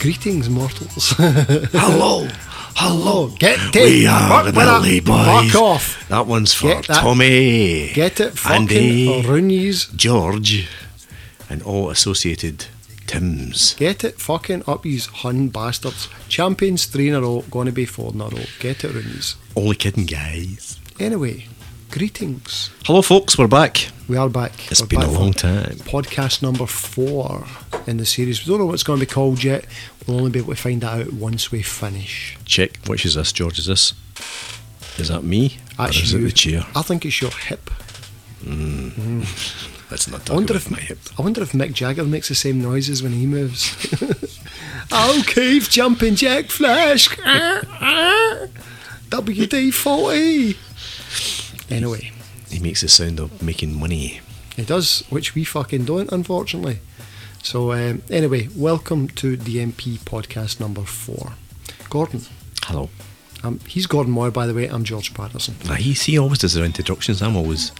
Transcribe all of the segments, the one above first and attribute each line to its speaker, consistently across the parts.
Speaker 1: Greetings, mortals.
Speaker 2: Hello. Hello.
Speaker 1: Get
Speaker 2: We
Speaker 1: it.
Speaker 2: are
Speaker 1: Fuck
Speaker 2: the
Speaker 1: with that.
Speaker 2: Belly Boys.
Speaker 1: Fuck off.
Speaker 2: That one's for
Speaker 1: Get that-
Speaker 2: Tommy.
Speaker 1: Get it fucking
Speaker 2: Andy.
Speaker 1: Roonies.
Speaker 2: George. And all associated Tims.
Speaker 1: Get it fucking up, yous hun bastards. Champions three in a row, gonna be four in a row. Get it, Roonies.
Speaker 2: Only kidding, guys.
Speaker 1: Anyway, greetings.
Speaker 2: Hello, folks. We're back.
Speaker 1: We are back.
Speaker 2: It's
Speaker 1: We're
Speaker 2: been
Speaker 1: back
Speaker 2: a
Speaker 1: for
Speaker 2: long time.
Speaker 1: Podcast number four in the series. We don't know what it's going to be called yet. We'll only be able to find that out once we finish.
Speaker 2: Check. Which is this, George? Is this? Is that me? Or
Speaker 1: That's
Speaker 2: is it
Speaker 1: you.
Speaker 2: the chair?
Speaker 1: I think it's your hip.
Speaker 2: That's not
Speaker 1: I wonder if
Speaker 2: my hip.
Speaker 1: I wonder if Mick Jagger makes the same noises when he moves. I'll keep jumping, Jack Flash. WD forty. Anyway,
Speaker 2: He makes the sound of making money.
Speaker 1: it does, which we fucking don't, unfortunately. So um, anyway, welcome to DMP podcast number four. Gordon,
Speaker 2: Hello.
Speaker 1: um, he's Gordon Moore, by the way. I'm George Patterson.
Speaker 2: Now, he, he always does their introductions. I'm always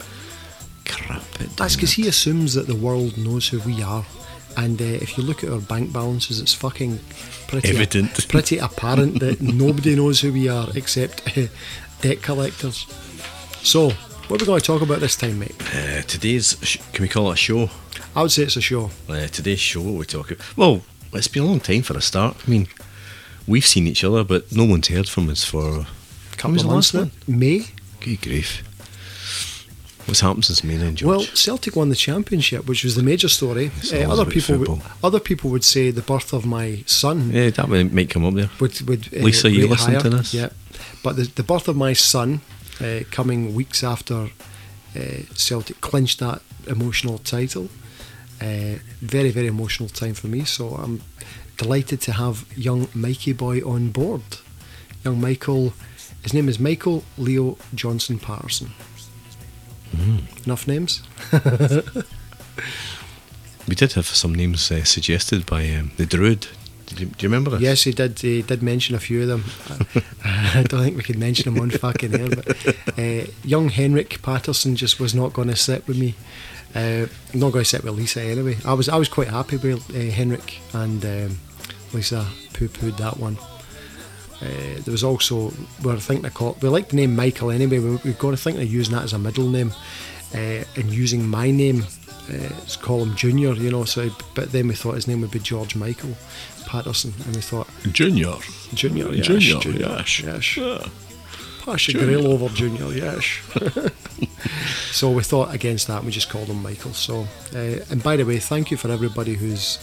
Speaker 2: crap at doing
Speaker 1: That's because
Speaker 2: that.
Speaker 1: he assumes that the world knows who we are. And uh, if you look at our bank balances, it's fucking pretty
Speaker 2: Evident.
Speaker 1: pretty apparent that nobody knows who we are except uh, debt collectors. So, what are we going to talk about this time, mate?
Speaker 2: Uh, today's sh- can we call it a show?
Speaker 1: I would say it's a show.
Speaker 2: Uh, today's show we talk. Well, it's been a long time for a start. I mean, we've seen each other, but no one's heard from us for.
Speaker 1: Couple
Speaker 2: was
Speaker 1: of
Speaker 2: the
Speaker 1: months
Speaker 2: last
Speaker 1: now.
Speaker 2: one?
Speaker 1: May.
Speaker 2: Good grief! What's happened since May then, George?
Speaker 1: Well, Celtic won the championship, which was the major story.
Speaker 2: It's
Speaker 1: Uh,
Speaker 2: always
Speaker 1: other
Speaker 2: about
Speaker 1: people, would,
Speaker 2: football.
Speaker 1: other people would say the birth of my son
Speaker 2: yeah, that one might come up there.
Speaker 1: would would uh,
Speaker 2: Lisa, you
Speaker 1: rate
Speaker 2: listen
Speaker 1: higher.
Speaker 2: to this?
Speaker 1: Yeah, but the, the birth of my son, uh, coming weeks after uh, Celtic clinched that emotional title, uh, very very emotional time for me. So I'm delighted to have young Mikey boy on board. Young Michael, his name is Michael Leo Johnson Patterson.
Speaker 2: Mm.
Speaker 1: Enough names.
Speaker 2: We did have some names uh, suggested by um, the Druid. Did you, do you remember this?
Speaker 1: Yes, he did. He did mention a few of them. I don't think we could mention them on fucking air. But uh, young Henrik Patterson just was not going to sit with me. Uh, not going to sit with Lisa anyway. I was I was quite happy with uh, Henrik and um, Lisa poo pooed that one. Uh, there was also we were thinking of call, we like the name Michael anyway. We, we've got to think of using that as a middle name uh, and using my name. Uh, let's call him Junior, you know. So, but then we thought his name would be George Michael Patterson, and we thought
Speaker 2: Junior.
Speaker 1: Junior, yes,
Speaker 2: Junior,
Speaker 1: yes, yes.
Speaker 2: Yeah.
Speaker 1: Pass your grill over, Junior, yes. so we thought against that, and we just called him Michael. So, uh, and by the way, thank you for everybody who's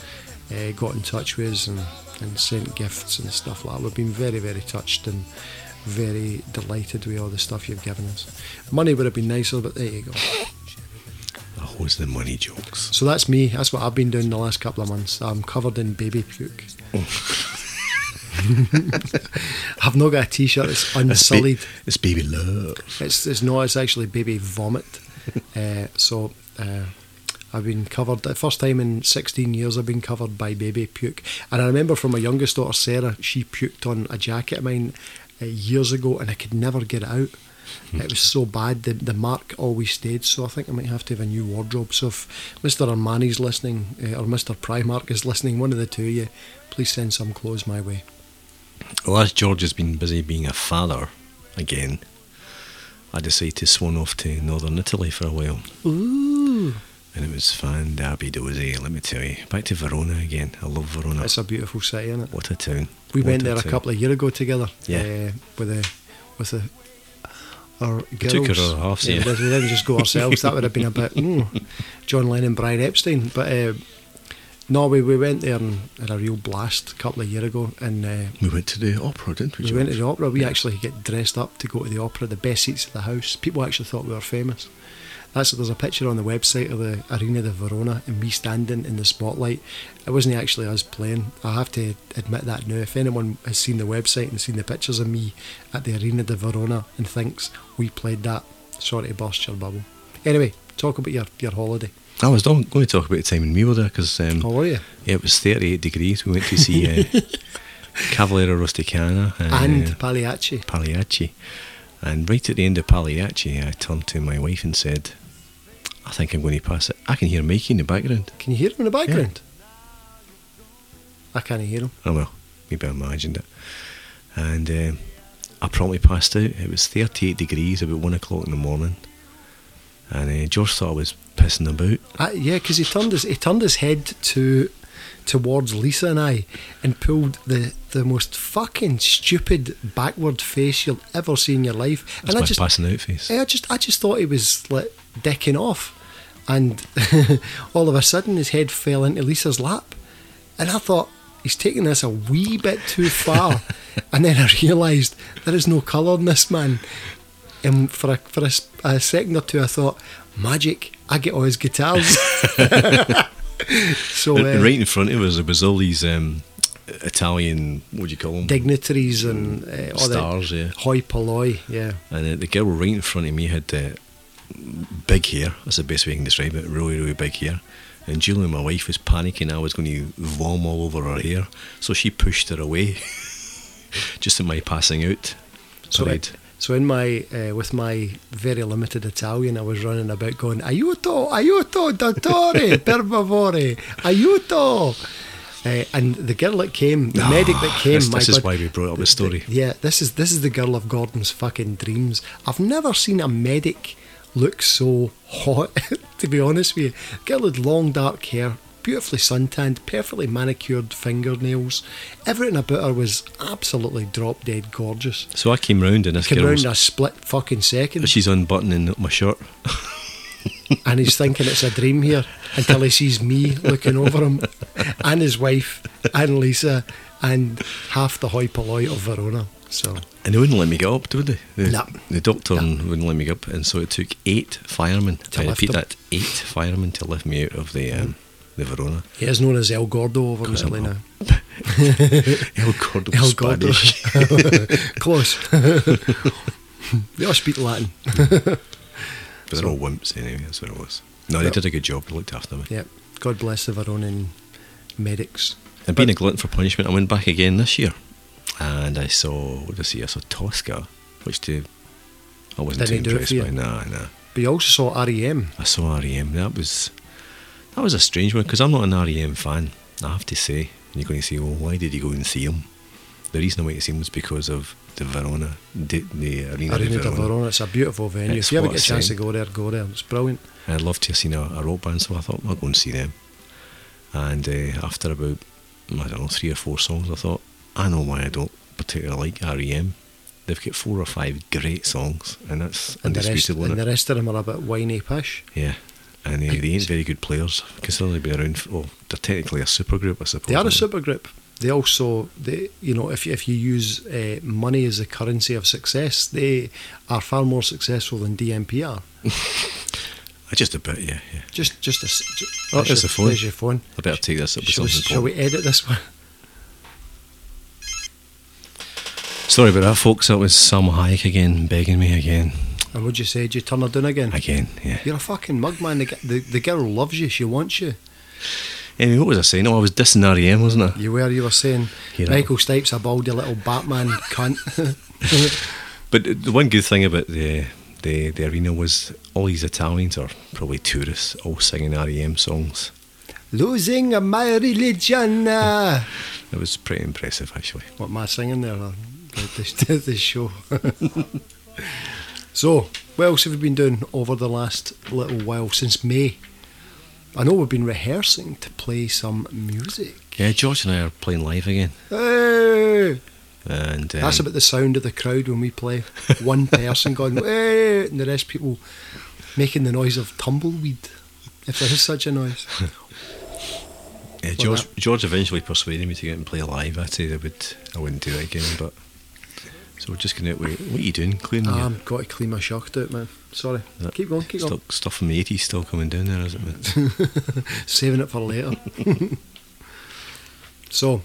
Speaker 1: uh, got in touch with us and, and sent gifts and stuff like that. We've been very, very touched and very delighted with all the stuff you've given us. Money would have been nicer, but there you go.
Speaker 2: Always the money jokes.
Speaker 1: So that's me. That's what I've been doing the last couple of months. I'm covered in baby puke. I've not got a t-shirt. It's
Speaker 2: It's ba-
Speaker 1: unsullied.
Speaker 2: It's baby love.
Speaker 1: It's, it's not. It's actually baby vomit. uh, so uh, I've been covered. The first time in 16 years, I've been covered by baby puke. And I remember from my youngest daughter Sarah, she puked on a jacket of mine uh, years ago, and I could never get it out. It was so bad. The, the mark always stayed. So I think I might have to have a new wardrobe. So if Mr. Armani's listening, uh, or Mr. Primark is listening, one of the two of you, please send some clothes my way.
Speaker 2: Well, as George has been busy being a father again, I decided to swan off to northern Italy for a while.
Speaker 1: Ooh,
Speaker 2: And it was fan dabby dozy, let me tell you. Back to Verona again. I love Verona.
Speaker 1: that's a beautiful sight, isn't it?
Speaker 2: what a town.
Speaker 1: We
Speaker 2: What
Speaker 1: went there a
Speaker 2: town.
Speaker 1: couple of year ago together.
Speaker 2: Yeah.
Speaker 1: Uh, with the with the our girls.
Speaker 2: took her other half,
Speaker 1: Yeah,
Speaker 2: yeah.
Speaker 1: We didn't- we didn't just go ourselves. that would have been a bit mm, John Lennon, Brian Epstein. But uh, no, we, we went there and had a real blast a couple of year ago. And uh,
Speaker 2: We went to the opera, didn't we?
Speaker 1: we went to
Speaker 2: George?
Speaker 1: the opera. We
Speaker 2: Yeah.
Speaker 1: actually get dressed up to go to the opera. The best seats at the house. People actually thought we were famous. That's there's a picture on the website of the Arena de Verona and me standing in the spotlight. It wasn't actually us playing. I have to admit that now. If anyone has seen the website and seen the pictures of me at the Arena de Verona and thinks we played that, sorry to burst your bubble. Anyway, talk about your, your holiday.
Speaker 2: I was don- going to talk about the time when we were there because um,
Speaker 1: How were you?
Speaker 2: yeah, it was 38 degrees. We went to see uh, Cavallero Rusticana
Speaker 1: And
Speaker 2: uh,
Speaker 1: Pagliacci.
Speaker 2: Pagliacci. And right at the end of Pagliacci, I turned to my wife and said, I think I'm going to pass it. I can hear Mikey in the background.
Speaker 1: Can you hear him in the background? I can't hear him.
Speaker 2: Oh well, maybe I imagined it. And um, I promptly passed out. It was 38 degrees, about one o'clock in the morning. And uh, George thought I was pissing about.
Speaker 1: I, Ah, yeah, because he turned his he turned his head to towards Lisa and I and pulled the the most fucking stupid backward face you'll ever see in your life.
Speaker 2: That's
Speaker 1: and
Speaker 2: my
Speaker 1: I just
Speaker 2: passing out face.
Speaker 1: I just I just thought he was like decking off, and all of a sudden his head fell into Lisa's lap, and I thought he's taking this a wee bit too far, and then I realised there is no colour in this man, and for a for a, s- a second or two I thought magic I get all his guitars. so
Speaker 2: And- and
Speaker 1: uh,
Speaker 2: right in front of us, there was all these um, Italian, what do you call them?
Speaker 1: dignitaries and uh, all
Speaker 2: Stars,
Speaker 1: that
Speaker 2: yeah.
Speaker 1: hoi polloi, yeah.
Speaker 2: And uh, the girl right in front of me had uh, big hair. That's the best way I can describe it. Really, really big hair. And Julie, my wife, was panicking. I was going to vom all over her hair. So she pushed her away just in my passing out.
Speaker 1: So,
Speaker 2: parade.
Speaker 1: I- so in my uh, with my very limited Italian, I was running about going aiuto, aiuto, dottore, per favore, aiuto. Uh, and the girl that came, the medic that came,
Speaker 2: Oh, This,
Speaker 1: my
Speaker 2: this is
Speaker 1: God,
Speaker 2: why we brought up the story.
Speaker 1: yeah, this is this is the girl of Gordon's fucking dreams. I've never seen a medic look so hot. to be honest with you, girl with long dark hair, beautifully suntanned, perfectly manicured fingernails. Everything about her was absolutely drop dead gorgeous.
Speaker 2: So I came round and this
Speaker 1: Came
Speaker 2: girl
Speaker 1: round
Speaker 2: was,
Speaker 1: in a split fucking second,
Speaker 2: she's unbuttoning my shirt.
Speaker 1: and he's thinking it's a dream here until he sees me looking over him, and his wife, and Lisa, and half the hoi polloi of Verona. So
Speaker 2: And they wouldn't let me get up, would they? The,
Speaker 1: No.
Speaker 2: the doctor wouldn't let me get up, and so it took eight firemen.
Speaker 1: To
Speaker 2: I
Speaker 1: lift
Speaker 2: repeat
Speaker 1: him.
Speaker 2: that: eight firemen to lift me out of the um, the Verona.
Speaker 1: he is known as El Gordo over in
Speaker 2: 'Cause I'm
Speaker 1: Italy
Speaker 2: a-
Speaker 1: now.
Speaker 2: El Gordo
Speaker 1: El Gordo.
Speaker 2: Spanish.
Speaker 1: Close. they all speak Latin.
Speaker 2: but they're all wimps anyway. That's what it was. No, they
Speaker 1: Yeah.
Speaker 2: did a good job. They looked after me.
Speaker 1: Yeah. God bless the Veronian medics.
Speaker 2: And being a glutton for punishment, I went back again this year, and I saw what did I see? I saw Tosca, which did. I wasn't
Speaker 1: Didn't
Speaker 2: too
Speaker 1: he do it
Speaker 2: impressed
Speaker 1: for you?
Speaker 2: by. Nah, nah.
Speaker 1: But you also saw E REM.
Speaker 2: I saw REM. That was that was a strange one because I'm not an REM fan. I have to say, and you're going to say, "Well, why did you go and see them?" The reason I went to see them was because of the Verona, the, the arena, de
Speaker 1: Arena de
Speaker 2: Verona.
Speaker 1: Verona. It's a beautiful venue.
Speaker 2: It's
Speaker 1: if you ever
Speaker 2: what
Speaker 1: get a
Speaker 2: I
Speaker 1: chance
Speaker 2: say.
Speaker 1: to go there, go there. It's brilliant.
Speaker 2: And I'd love to have seen a, a rock band, so I thought I'll go and see them. And uh, after about I don't know three or four songs, I thought I know why I don't particularly like REM. They've got four or five great songs, and that's
Speaker 1: And the, rest,
Speaker 2: undisputed.
Speaker 1: and
Speaker 2: isn't
Speaker 1: the
Speaker 2: it?
Speaker 1: rest of them are a bit whiny pish.
Speaker 2: Yeah, and uh, they ain't very good players considering they've been around. For, well, they're technically a supergroup, I suppose.
Speaker 1: They are a
Speaker 2: aren't
Speaker 1: supergroup. They also, they, you know, if, if you use uh, money as the currency of success, they are far more successful than DMP are.
Speaker 2: Uh, Just a bit, yeah, yeah.
Speaker 1: Just, just a. s- ju-
Speaker 2: Oh, there's the
Speaker 1: your-
Speaker 2: phone.
Speaker 1: There's your phone.
Speaker 2: I better take this up with
Speaker 1: Shall we,
Speaker 2: something.
Speaker 1: shall we
Speaker 2: important.
Speaker 1: edit this one?
Speaker 2: Sorry about that, folks. That was Sam Hayek again, begging me again,
Speaker 1: And would you say, did you turn her down again?
Speaker 2: again. Yeah.
Speaker 1: You're a fucking mug, man. The, g- the, the girl loves you. She wants you.
Speaker 2: Anyway, what was I saying? Oh, I was dissing REM, wasn't I?
Speaker 1: You were, you were saying,
Speaker 2: Here I
Speaker 1: Michael Stipe's a baldy little Batman cunt.
Speaker 2: But the one good thing about the the, the arena was all these Italians or probably tourists all singing REM songs.
Speaker 1: Losing my religion. uh.
Speaker 2: It was pretty impressive, actually.
Speaker 1: What am I singing there? uh, The, the, the show. so, what else have we been doing over the last little while since May? I know we've been rehearsing to play some music.
Speaker 2: Yeah, George and I are playing live again,
Speaker 1: Hey!
Speaker 2: and um,
Speaker 1: That's about the sound of the crowd when we play. One person going, "Hey," and the rest people making the noise of tumbleweed, if there is such a noise.
Speaker 2: yeah,
Speaker 1: like
Speaker 2: George George eventually persuaded me to get and play live. I said I would, I wouldn't do that again, but. So we're just going to wait. What are you doing? Cleaning
Speaker 1: Ah,
Speaker 2: your-
Speaker 1: I've got to clean my shocked out, man. Sorry.
Speaker 2: Is it-
Speaker 1: Keep going, keep
Speaker 2: Still,
Speaker 1: going.
Speaker 2: Stuff from the 80s still coming down there, isn't it?
Speaker 1: Saving it for later. so,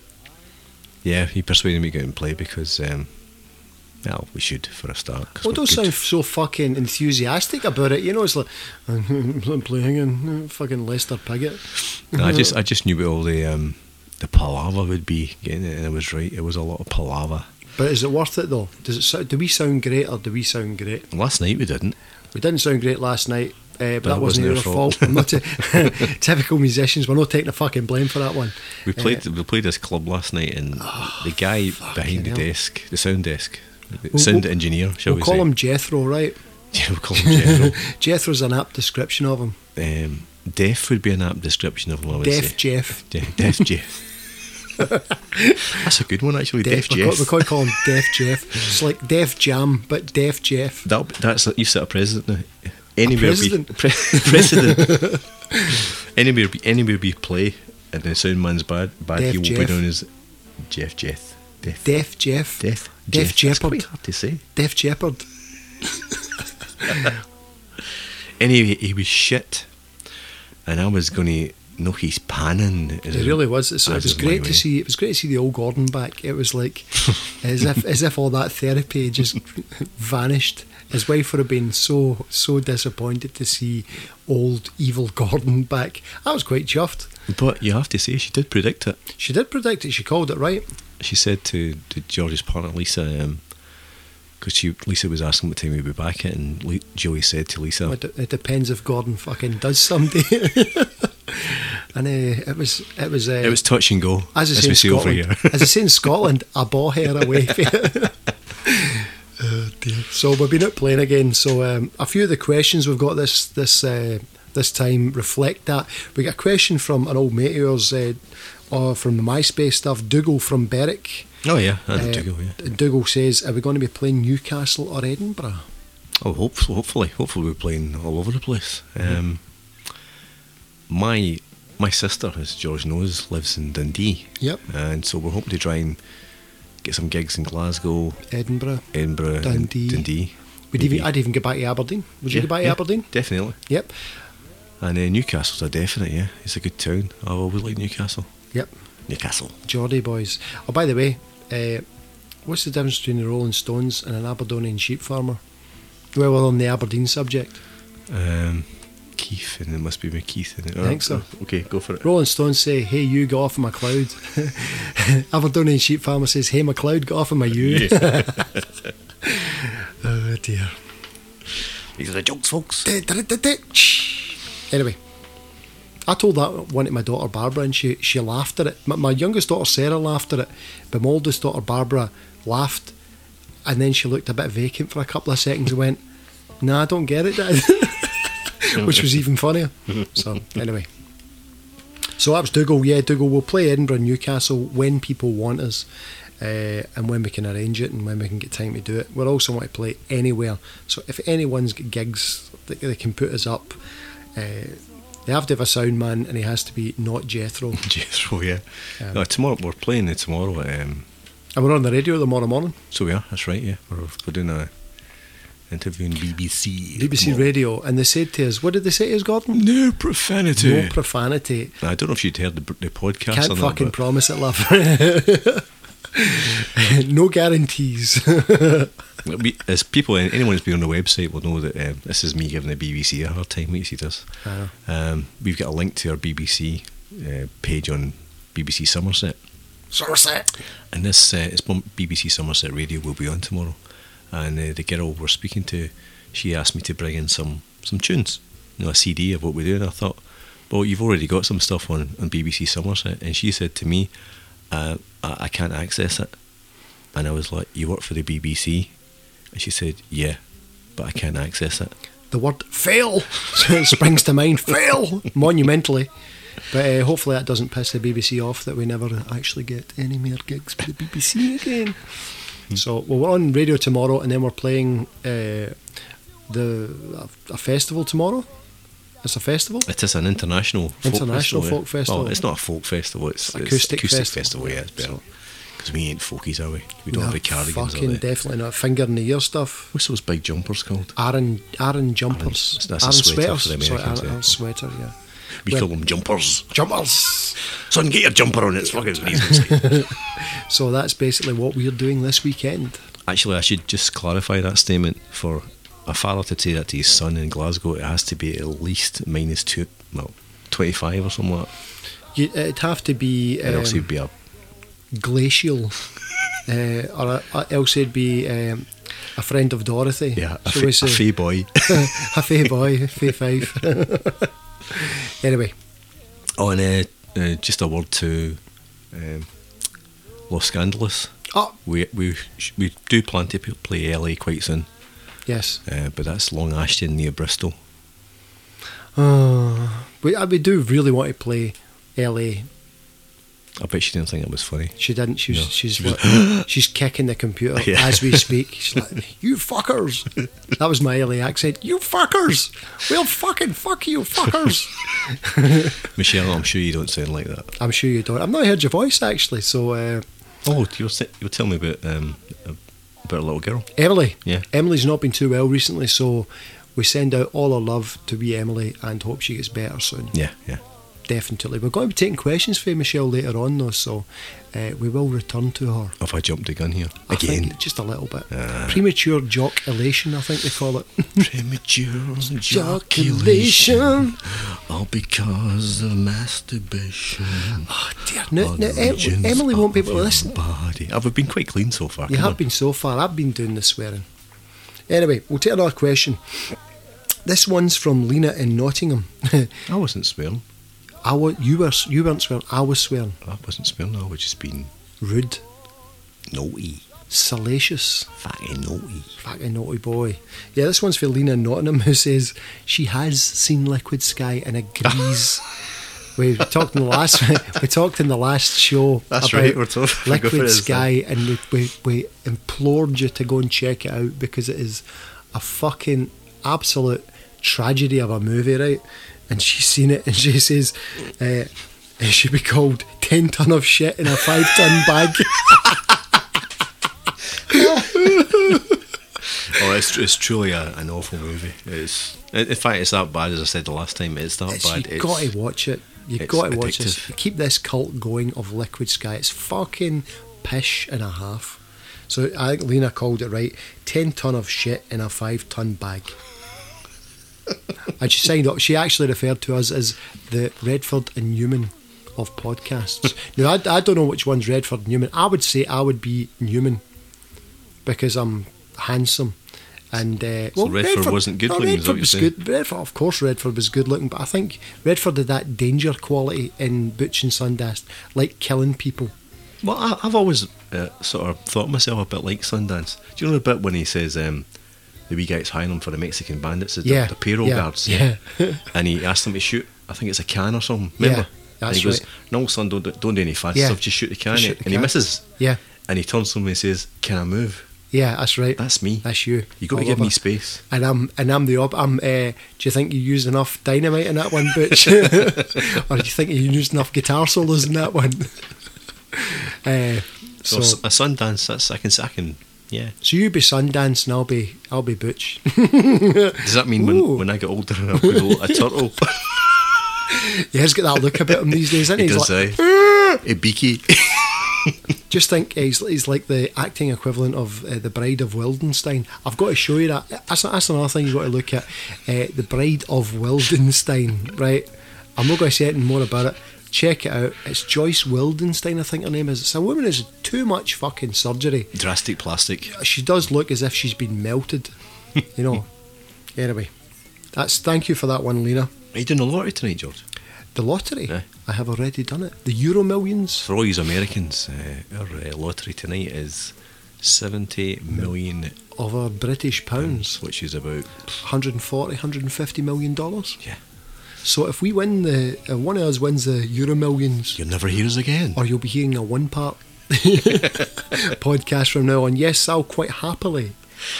Speaker 2: yeah, he persuaded me to go and play because, um, well, we should for a start. 'cause
Speaker 1: well,
Speaker 2: we're
Speaker 1: don't
Speaker 2: good.
Speaker 1: sound so fucking enthusiastic about it. You know, it's like, I'm playing in uh, fucking Lester Piggott.
Speaker 2: No,
Speaker 1: Mm-hmm.
Speaker 2: I just, I just knew what all the um, the palaver would be getting it, and I was right. It was a lot of palaver.
Speaker 1: But is it worth it though? Does it? sou- Do we sound great or do we sound great?
Speaker 2: Last night we didn't.
Speaker 1: We didn't sound great last night. Uh, but, that wasn't, your fault. I'm not t- typical musicians. We're not taking the fucking blame for that one.
Speaker 2: We played we played this club last night, and the guy behind the
Speaker 1: Ah, hell.
Speaker 2: desk, the sound desk, the
Speaker 1: We'll-
Speaker 2: sound
Speaker 1: we'll-
Speaker 2: engineer, shall
Speaker 1: We'll
Speaker 2: we
Speaker 1: call
Speaker 2: say?
Speaker 1: him Jethro, right?
Speaker 2: Yeah, we'll call him
Speaker 1: Jethro's an apt description of him.
Speaker 2: Jethro. um, deaf would be an apt description of him. I would
Speaker 1: Deaf
Speaker 2: say.
Speaker 1: Jeff.
Speaker 2: Yeah, Def Jeff. That's a good one, actually. Def,
Speaker 1: We
Speaker 2: Jeff.
Speaker 1: could- We could call him Def Jeff. It's like Def Jam, but Def Jeff.
Speaker 2: That that's you set a president now. Anywhere
Speaker 1: president?
Speaker 2: we pre- president. anywhere we anywhere we play, and the sound man's bad, bad
Speaker 1: Def
Speaker 2: he will
Speaker 1: Jeff.
Speaker 2: be known as Jeff Jeff. Def
Speaker 1: Def Jeff.
Speaker 2: Def
Speaker 1: Def
Speaker 2: Jeff. That's
Speaker 1: Jeopard.
Speaker 2: quite hard to say.
Speaker 1: Def Jeopard.
Speaker 2: Anyway, he was shit, and I was going to knock his pan in.
Speaker 1: It really was. It's,
Speaker 2: That
Speaker 1: it was
Speaker 2: is my
Speaker 1: great
Speaker 2: way.
Speaker 1: to see. It was great to see the old Gordon back. It was like as if as if all that therapy just vanished. His wife would have been so so disappointed to see old evil Gordon back. I was quite chuffed.
Speaker 2: But you have to say she did predict it.
Speaker 1: She did predict it. She called it right.
Speaker 2: she said to, to George's partner Lisa, because she Lisa was asking what time we'd be back at, and Le- Joey said to Lisa,
Speaker 1: It, it depends if Gordon fucking does someday. and uh, it was it was. Uh,
Speaker 2: "It was touch and go."
Speaker 1: as I say
Speaker 2: we
Speaker 1: in
Speaker 2: see over
Speaker 1: Scotland.
Speaker 2: here.
Speaker 1: as I say in Scotland, I bought her away. Oh, dear. So we've been out playing again. So um, a few of the questions we've got this this uh, this time reflect that. We got a question from an old mate of yours, uh, or from the MySpace stuff, Dougal from Berwick.
Speaker 2: oh yeah, and
Speaker 1: Uh,
Speaker 2: to go, yeah.
Speaker 1: Dougal says, "Are we going to be playing Newcastle or Edinburgh?"
Speaker 2: Oh, hopefully, hopefully, hopefully we're playing all over the place.
Speaker 1: Mm-hmm.
Speaker 2: Um, my my sister, as George knows, lives in Dundee,
Speaker 1: Yep,
Speaker 2: and so we're hoping to try and get some gigs in Glasgow,
Speaker 1: Edinburgh.
Speaker 2: Edinburgh, and
Speaker 1: Dundee.
Speaker 2: Dundee.
Speaker 1: We'd
Speaker 2: maybe.
Speaker 1: even, I'd even go back to Aberdeen. Would you
Speaker 2: Yeah,
Speaker 1: go back to
Speaker 2: yeah,
Speaker 1: Aberdeen?
Speaker 2: Definitely.
Speaker 1: Yep,
Speaker 2: And uh, Newcastle's a definite, yeah. It's a good town. I've always liked Newcastle.
Speaker 1: yep.
Speaker 2: Newcastle.
Speaker 1: Geordie boys. Oh, by the way, uh, what's the difference between the Rolling Stones and an Aberdonian sheep farmer? Well, we're on the Aberdeen subject.
Speaker 2: Um, Keith, and it must be my Keith in it. Oh,
Speaker 1: I think so.
Speaker 2: Okay, go for it.
Speaker 1: Rolling Stones say, "Hey, you, go off of my cloud." Aberdonian sheep farmer says, "Hey, my cloud, go off of my you." oh dear.
Speaker 2: These are the jokes, folks.
Speaker 1: Anyway, I told that one to my daughter Barbara, and she, she laughed at it. My, my youngest daughter Sarah laughed at it, but my oldest daughter Barbara laughed, and then she looked a bit vacant for a couple of seconds and went, "Nah, I don't get it," Dad." which was even funnier. So anyway, so that was Dougal. Yeah, Dougal. We'll play Edinburgh, and Newcastle when people want us. Uh, and when we can arrange it and when we can get time to do it. We'll also want to play anywhere. So if anyone's got gigs that they can put us up, uh, they have to have a sound man and he has to be not Jethro.
Speaker 2: Jethro, oh, yeah.
Speaker 1: Um,
Speaker 2: no, tomorrow we're playing it tomorrow. Um,
Speaker 1: And we're on the radio tomorrow morning.
Speaker 2: so we are. That's right. Yeah, we're, we're doing a interview in BBC.
Speaker 1: BBC
Speaker 2: tomorrow.
Speaker 1: Radio. And they said to us, what did they say to us, Gordon?
Speaker 2: No profanity.
Speaker 1: No profanity.
Speaker 2: I don't know if you'd heard the, the podcast.
Speaker 1: Can't
Speaker 2: or not,
Speaker 1: fucking
Speaker 2: but
Speaker 1: promise it, love. no guarantees.
Speaker 2: we, as people, anyone who's been on the website will know that um, this is me giving the BBC a hard time. We see this. Um, we've got a link to our BBC uh, page on BBC Somerset.
Speaker 1: Somerset.
Speaker 2: And this uh, it's on BBC Somerset Radio. Will be on tomorrow. And uh, the girl we're speaking to, she asked me to bring in some some tunes, you know, a CD of what we do. And I thought, well, you've already got some stuff on on BBC Somerset. And she said to me, uh, I, I can't access it. And I was like, you work for the BBC? And she said, yeah, but I can't access it.
Speaker 1: The word fail springs to mind. Fail monumentally. But uh, hopefully that doesn't piss the BBC off that we never actually get any more gigs for the BBC again.
Speaker 2: Hmm.
Speaker 1: So well, we're on radio tomorrow, and then we're playing uh, the a, a festival tomorrow. It's a festival.
Speaker 2: It is an international folk
Speaker 1: International
Speaker 2: festival, yeah.
Speaker 1: folk festival.
Speaker 2: Well, it's not a folk festival. It's it's
Speaker 1: Acoustic
Speaker 2: acoustic
Speaker 1: festival,
Speaker 2: festival. Yeah, it's better because we ain't folkies, are we? We don't
Speaker 1: No,
Speaker 2: have the cardigans.
Speaker 1: Fucking
Speaker 2: Or the,
Speaker 1: definitely not. Finger in the ear stuff.
Speaker 2: what's those big jumpers called?
Speaker 1: Aaron, Aaron jumpers.
Speaker 2: Aaron's- that's a sweater
Speaker 1: Aaron
Speaker 2: for
Speaker 1: sweaters.
Speaker 2: the
Speaker 1: Sorry,
Speaker 2: Americans,
Speaker 1: Aaron,
Speaker 2: yeah.
Speaker 1: Aaron sweater. Yeah.
Speaker 2: We
Speaker 1: Well-
Speaker 2: call them jumpers.
Speaker 1: Jumpers.
Speaker 2: Son, get your jumper on. It's fucking amazing.
Speaker 1: So that's basically what we're doing this weekend.
Speaker 2: Actually, I should just clarify that statement for a father to say that to his son in Glasgow. It has to be at least minus two, well, twenty-five or somewhat,
Speaker 1: You, it'd have to be
Speaker 2: and
Speaker 1: um,
Speaker 2: else he'd be a
Speaker 1: glacial, uh, or uh, else it'd uh, be um, a friend of Dorothy.
Speaker 2: Yeah, a,
Speaker 1: shall we
Speaker 2: fa- a
Speaker 1: say.
Speaker 2: fey boy.
Speaker 1: a fae boy, fae five. anyway,
Speaker 2: oh, and uh, uh, just a word to um, Los Scandalous.
Speaker 1: oh
Speaker 2: We we sh- we do plan to p- play LA quite soon,
Speaker 1: yes,
Speaker 2: uh, but that's Long Ashton near Bristol.
Speaker 1: oh, we uh, we do really want to play L.A.
Speaker 2: I bet she didn't think it was funny.
Speaker 1: She didn't. She was,
Speaker 2: No,
Speaker 1: she's
Speaker 2: she was-
Speaker 1: like- she's kicking the computer
Speaker 2: Yeah.
Speaker 1: as we speak. She's like, "You fuckers!" That was my LA accent. You fuckers! We'll fucking fuck you, fuckers!
Speaker 2: Michelle, I'm sure you don't sound like that.
Speaker 1: I'm sure you don't. I've not heard your voice actually. So uh,
Speaker 2: Oh, you were, sa- you were telling me about um, about a little girl.
Speaker 1: Emily,
Speaker 2: Yeah.
Speaker 1: Emily's not been too well recently. So we send out all our love to wee Emily and hope she gets better soon.
Speaker 2: Yeah, yeah.
Speaker 1: Definitely, we're going to be taking questions for Michelle later on though. So uh, we will return to her
Speaker 2: Have I jumped the gun here
Speaker 1: I
Speaker 2: again?
Speaker 1: think, just a little bit.
Speaker 2: Ah.
Speaker 1: Premature jock elation, I think they call it.
Speaker 2: Premature ejaculation, all because of masturbation.
Speaker 1: Oh dear! Now,
Speaker 2: Are
Speaker 1: now
Speaker 2: the
Speaker 1: Em-
Speaker 2: origins
Speaker 1: Emily won't be able to
Speaker 2: of your
Speaker 1: listen.
Speaker 2: Body. I've been quite clean so far.
Speaker 1: You
Speaker 2: come
Speaker 1: have
Speaker 2: on.
Speaker 1: been so far. I've been doing the swearing. Anyway, we'll take another question. This one's from Lena in Nottingham.
Speaker 2: I wasn't swearing.
Speaker 1: I wa- you were s- you weren't swearing. I was swearing.
Speaker 2: I wasn't swearing. I was just being
Speaker 1: Rude,
Speaker 2: naughty,
Speaker 1: salacious,
Speaker 2: fucking naughty.
Speaker 1: fucking naughty boy. Yeah, this one's for Lena in Nottingham who says she has seen Liquid Sky and agrees. we talked in the last we talked in the last show
Speaker 2: That's
Speaker 1: about
Speaker 2: right, we're talking- go for it,
Speaker 1: Liquid
Speaker 2: it's
Speaker 1: Sky, and we, we we implored you to go and check it out because it is a fucking absolute tragedy of a movie, right? And she's seen it, and she says uh, it should be called ten ton of shit in a five ton bag.
Speaker 2: Oh, it's, it's truly a, an awful movie. It's in in fact it's that bad as I said the last time. It's that bad.
Speaker 1: You've
Speaker 2: it's,
Speaker 1: got to watch it. You've
Speaker 2: it's
Speaker 1: got to watch this.
Speaker 2: addictive.
Speaker 1: Keep this cult going of Liquid Sky. It's fucking pish and a half. So I think Lena called it right. Ten ton of shit in a five ton bag. and she signed up. She actually referred to us as the Redford and Newman of podcasts. now I, I don't know which one's Redford and Newman. I would say I would be Newman because I'm handsome. And uh,
Speaker 2: So Redford wasn't good looking, is
Speaker 1: Redford
Speaker 2: what you're
Speaker 1: was
Speaker 2: saying?
Speaker 1: good. Redford, of course, Redford was good looking, but I think Redford had that danger quality in Butch and Sundance, like killing people.
Speaker 2: Well, I, I've always uh, sort of thought myself a bit like Sundance. Do you know the bit when he says um, the wee guy's hiring him for the Mexican bandits, the,
Speaker 1: Yeah,
Speaker 2: the payroll
Speaker 1: yeah,
Speaker 2: guards?
Speaker 1: yeah.
Speaker 2: and he asked them to shoot. I think it's a can or something.
Speaker 1: Yeah,
Speaker 2: Remember? and
Speaker 1: that's
Speaker 2: he goes,
Speaker 1: right.
Speaker 2: "No, son, don't do- don't do any fast
Speaker 1: Yeah,
Speaker 2: stuff. Just shoot the can."
Speaker 1: just shoot
Speaker 2: and
Speaker 1: the
Speaker 2: he
Speaker 1: can.
Speaker 2: misses.
Speaker 1: Yeah,
Speaker 2: And he turns to me and says, "Can I move?"
Speaker 1: yeah, that's right.
Speaker 2: That's me.
Speaker 1: That's you.
Speaker 2: You got to
Speaker 1: All
Speaker 2: give me
Speaker 1: over.
Speaker 2: space.
Speaker 1: And I'm and I'm the op. I'm. Uh, do you think you used enough dynamite in that one, Butch? or do you think you used enough guitar solos in that one? uh,
Speaker 2: So,
Speaker 1: so,
Speaker 2: a s- a Sundance. That's I can I can. Yeah.
Speaker 1: so you be Sundance, and I'll be I'll be Butch.
Speaker 2: Does that mean
Speaker 1: Ooh.
Speaker 2: when, when I get older and I'll be a turtle?
Speaker 1: he has got that look about him these days, isn't
Speaker 2: he
Speaker 1: he? He's
Speaker 2: does
Speaker 1: like,
Speaker 2: say, "A beaky."
Speaker 1: Just think, eh, he's, he's like the acting equivalent of uh, the Bride of Wildenstein. I've got to show you that. That's, that's another thing you've got to look at. Uh, the Bride of Wildenstein, right? I'm not going to say anything more about it. Check it out. It's Joyce Wildenstein, I think her name is. It's a woman who's too much fucking surgery.
Speaker 2: Drastic plastic.
Speaker 1: She does look as if she's been melted, you know. anyway, that's thank you for that one, Lena.
Speaker 2: Are you doing a lottery tonight, George?
Speaker 1: The lottery.
Speaker 2: Yeah.
Speaker 1: I have already done it. The Euro Millions.
Speaker 2: For all you Americans, uh, our uh, lottery tonight is 70 million
Speaker 1: Of our British pounds.
Speaker 2: pounds, which is about
Speaker 1: 140, 150 million dollars.
Speaker 2: Yeah.
Speaker 1: So if we win the, uh, one of us wins the Euro Millions,
Speaker 2: you'll never hear us again.
Speaker 1: or you'll be hearing a one part podcast from now on. Yes, I'll quite happily,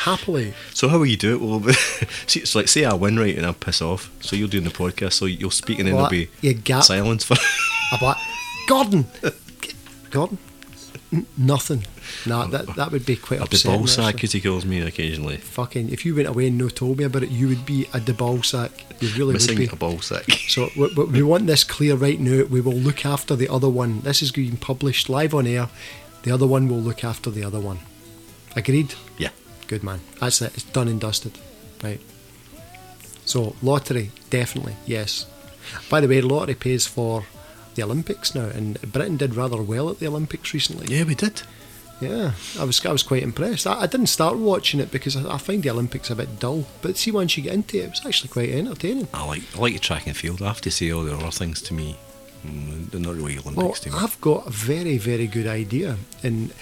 Speaker 1: happily.
Speaker 2: So how will you do it? Well, see, it's like say I win right and I piss off. So you're doing the podcast, so you'll speak and then
Speaker 1: Well,
Speaker 2: there'll be
Speaker 1: you gap.
Speaker 2: silence for.
Speaker 1: I'll be like, Gordon, G- Gordon, N- nothing. Nah, that that would be quite
Speaker 2: I'll be
Speaker 1: upsetting.
Speaker 2: ball sack
Speaker 1: actually.
Speaker 2: because he calls me occasionally.
Speaker 1: Fucking, if you went away and no told me about it, you would be a deball sack. You really would
Speaker 2: Missing
Speaker 1: be.
Speaker 2: a ball sack.
Speaker 1: So we, we- we want this clear right now. We will look after the other one. This is being published live on air. The other one will look after the other one. Agreed?
Speaker 2: Yeah.
Speaker 1: Good man. That's it. It's done and dusted. Right. So lottery, definitely yes. By the way, lottery pays for the Olympics now, and Britain did rather well at the Olympics recently.
Speaker 2: Yeah, we did.
Speaker 1: Yeah, I was I was quite impressed. I, I didn't start watching it because I, I find the Olympics a bit dull. But see, once you get into it, it was actually quite entertaining.
Speaker 2: I like I like the track and field. I have to say all the other things to me, mm, they're not really Olympics
Speaker 1: Well,
Speaker 2: to me.
Speaker 1: I've got a very very good idea in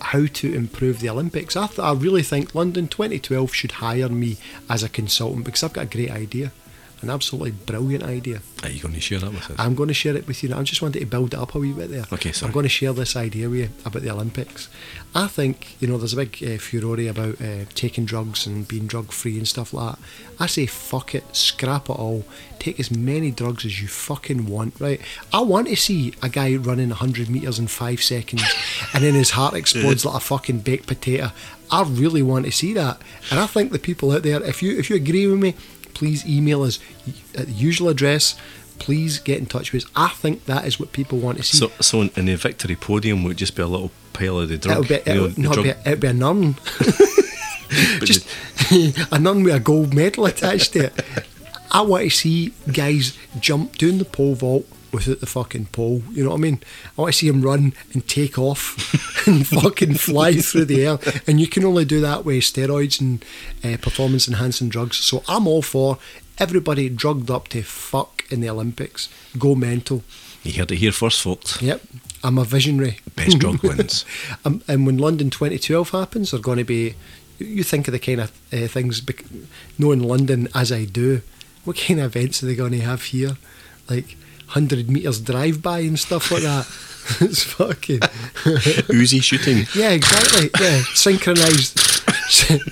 Speaker 1: how to improve the Olympics. I, th- I really think London 2012 should hire me as a consultant because I've got a great idea, an absolutely brilliant idea.
Speaker 2: Are you going to share that with us?
Speaker 1: I'm going to share it with you. now. I just wanted to build it up a wee bit there.
Speaker 2: Okay, sorry.
Speaker 1: I'm going to share this idea with you about the Olympics. I think, you know, there's a big uh, furore about uh, taking drugs and being drug free and stuff like that. I say, fuck it, scrap it all, take as many drugs as you fucking want, right? I want to see a guy running 100 metres in five seconds and then his heart explodes like a fucking baked potato. I really want to see that. And I think the people out there, if you if you agree with me, please email us at the usual address. Please get in touch with us. I think that is what people want to see.
Speaker 2: so, so in, in the victory podium would just be a little pile of the
Speaker 1: it'll
Speaker 2: drug.
Speaker 1: be,
Speaker 2: you know,
Speaker 1: it'll,
Speaker 2: the
Speaker 1: no, it'll,
Speaker 2: drug-
Speaker 1: be, it'll be a nun.
Speaker 2: but
Speaker 1: Just a nun with a gold medal attached to it. I want to see guys jump doing the pole vault without the fucking pole. You know what I mean? I want to see him run and take off and fucking fly through the air. And you can only do that with steroids and uh, performance enhancing drugs. So I'm all for everybody drugged up to fuck in the Olympics. Go mental.
Speaker 2: you heard it here first, folks.
Speaker 1: Yep. I'm a visionary.
Speaker 2: Best drug wins.
Speaker 1: Um, and when London 2012 happens, they're going to be. You think of the kind of uh, things, bec- knowing London as I do, what kind of events are they going to have here? Like 100 metres drive by and stuff like that. it's fucking.
Speaker 2: Uzi shooting.
Speaker 1: Yeah, exactly. Yeah, synchronised.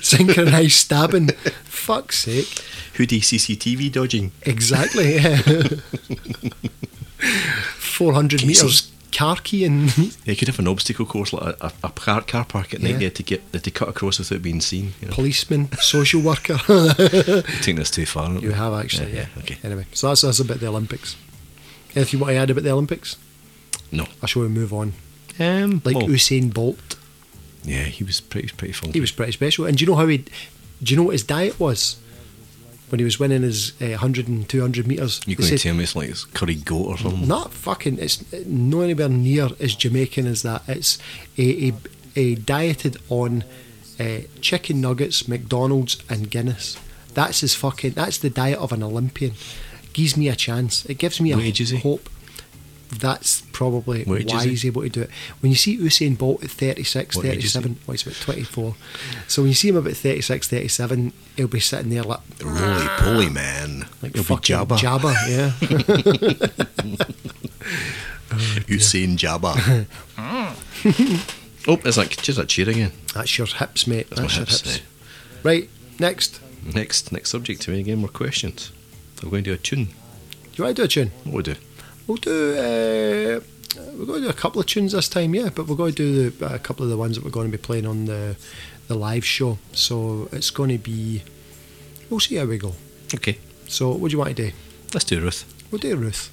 Speaker 1: synchronised stabbing. Fuck's sake.
Speaker 2: Hoodie CCTV dodging.
Speaker 1: Exactly. Yeah. 400
Speaker 2: Can you see-
Speaker 1: metres car key and
Speaker 2: They could have an obstacle course like a, a, a car, car park at night
Speaker 1: Yeah.
Speaker 2: there to get to cut across without being seen. You know,
Speaker 1: policeman, social worker.
Speaker 2: You're taking this too far. aren't
Speaker 1: you
Speaker 2: we?
Speaker 1: have actually,
Speaker 2: Yeah,
Speaker 1: yeah.
Speaker 2: yeah, okay.
Speaker 1: Anyway, so that's that's about the Olympics. If you want to add about the Olympics,
Speaker 2: No.
Speaker 1: or shall we move on?
Speaker 2: Um,
Speaker 1: Like
Speaker 2: well,
Speaker 1: Usain Bolt,
Speaker 2: yeah, he was pretty pretty funky.
Speaker 1: he was pretty special. And do you know how he? Do you know what his diet was when he was winning his uh, 100 and 200 meters?
Speaker 2: You're going to tell me it's like it's curried goat or something?
Speaker 1: Not fucking. It's no anywhere near as Jamaican as that. It's a a, a dieted on uh, chicken nuggets, McDonald's, and Guinness. That's his fucking. That's the diet of an Olympian. Gives me a chance. It gives me a
Speaker 2: Wages he?
Speaker 1: hope. That's probably
Speaker 2: Wages
Speaker 1: why
Speaker 2: he?
Speaker 1: he's able to do it. When you see Usain Bolt at 36,
Speaker 2: What eh? ages he?
Speaker 1: 37, well, he's about 24. So when you see him about 36, 37, he'll be sitting there like,
Speaker 2: Roly poly man.
Speaker 1: like
Speaker 2: It'll be
Speaker 1: fucking
Speaker 2: Jabba.
Speaker 1: Jabba, yeah.
Speaker 2: Usain Jabba. oh, it's like just that cheer again.
Speaker 1: That's your hips, mate. That's,
Speaker 2: my
Speaker 1: your
Speaker 2: hips, eh?
Speaker 1: hips. Right, next.
Speaker 2: Next next subject to me again. More questions. We're going to do a tune.
Speaker 1: Do you want to do a tune?
Speaker 2: What we do?
Speaker 1: We'll do. Uh, we're going to do a couple of tunes this time, yeah. But we're going to do the, a couple of the ones that we're going to be playing on the the live show. So it's going to be. We'll see how we go.
Speaker 2: Okay,
Speaker 1: So what do you want to do?
Speaker 2: let's do Ruth.
Speaker 1: We'll do Ruth.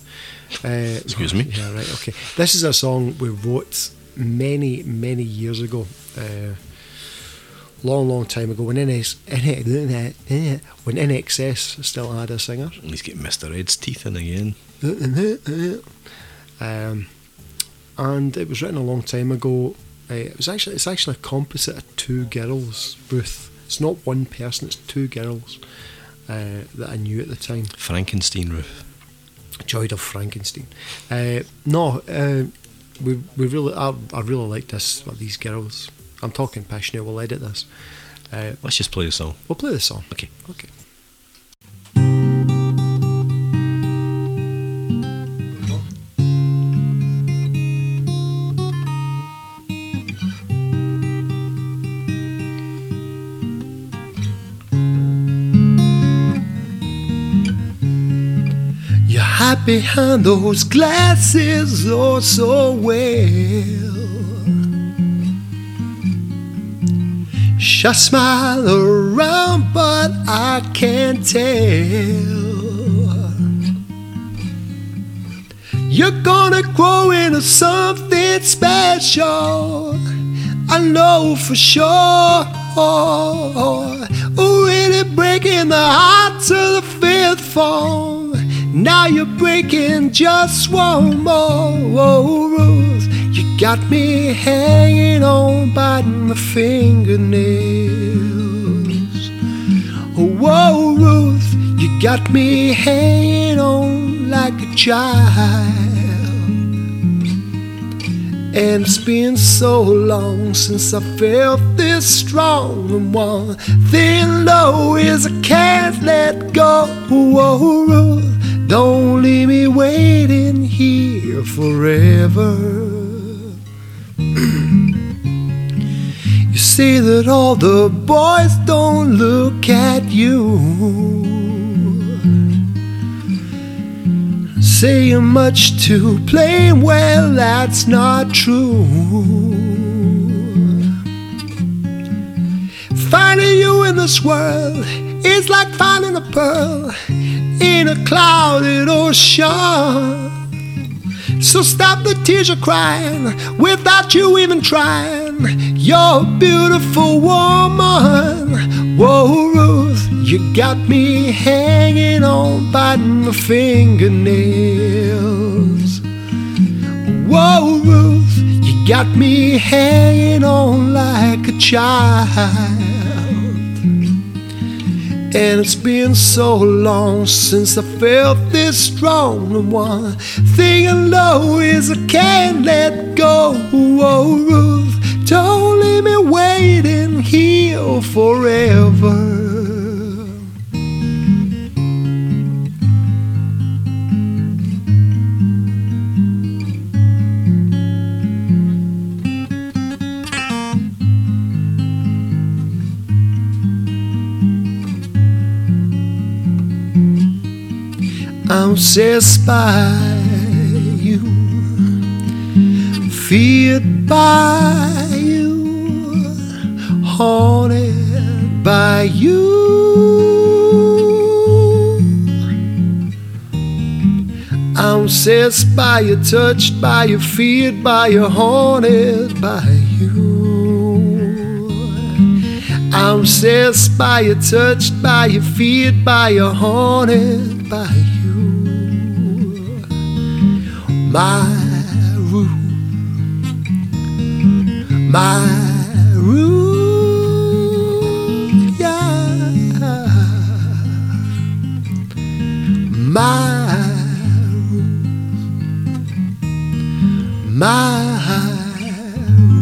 Speaker 1: Uh,
Speaker 2: Excuse me.
Speaker 1: Yeah, right. Okay. This is a song we wrote many, many years ago. Uh, long, long time ago when NS, when NXS still had a singer.
Speaker 2: He's getting Mr. Ed's teeth in again.
Speaker 1: um, and it was written a long time ago. Uh, it was actually it's actually a composite of two girls, Ruth. It's not one person; it's two girls uh, that I knew at the time.
Speaker 2: Frankenstein Ruth.
Speaker 1: Joyd of Frankenstein. Uh, no, uh, we we really I, I really like this. well, These girls. I'm talking passionate. We'll edit this. Uh,
Speaker 2: Let's just play the song.
Speaker 1: we'll play this song.
Speaker 2: Okay.
Speaker 1: Okay. You hide behind those glasses oh so well. She smile around, but I can't tell. You're gonna grow into something special. I know for sure. Already breaking the heart to the fifth form. Now you're breaking just one more rule. You Got me hanging on by my fingernails. Whoa, Ruth, you got me hanging on like a child. And it's been so long since I felt this strong and one thing low is I can't let go. Oh, Ruth, don't leave me waiting here forever. you say that all the boys don't look at you say you're much too plain. Well, that's not true. Finding you in this world is like finding a pearl in a clouded ocean. So stop the tears you're crying without you even trying. You're a beautiful woman. Whoa, Ruth, you got me hanging on by my fingernails. Whoa, Ruth, you got me hanging on like a child. And it's been so long since I felt this strong. The one thing I know is I can't let go. Oh, Ruth, don't leave me waiting here forever. I'm obsessed by you, feared by you, haunted by you. I'm obsessed by you, touched by you, feared by you, haunted by you. I'm obsessed by you, touched by you, feared by you, haunted by you. My room, my room, yeah. My room, my room.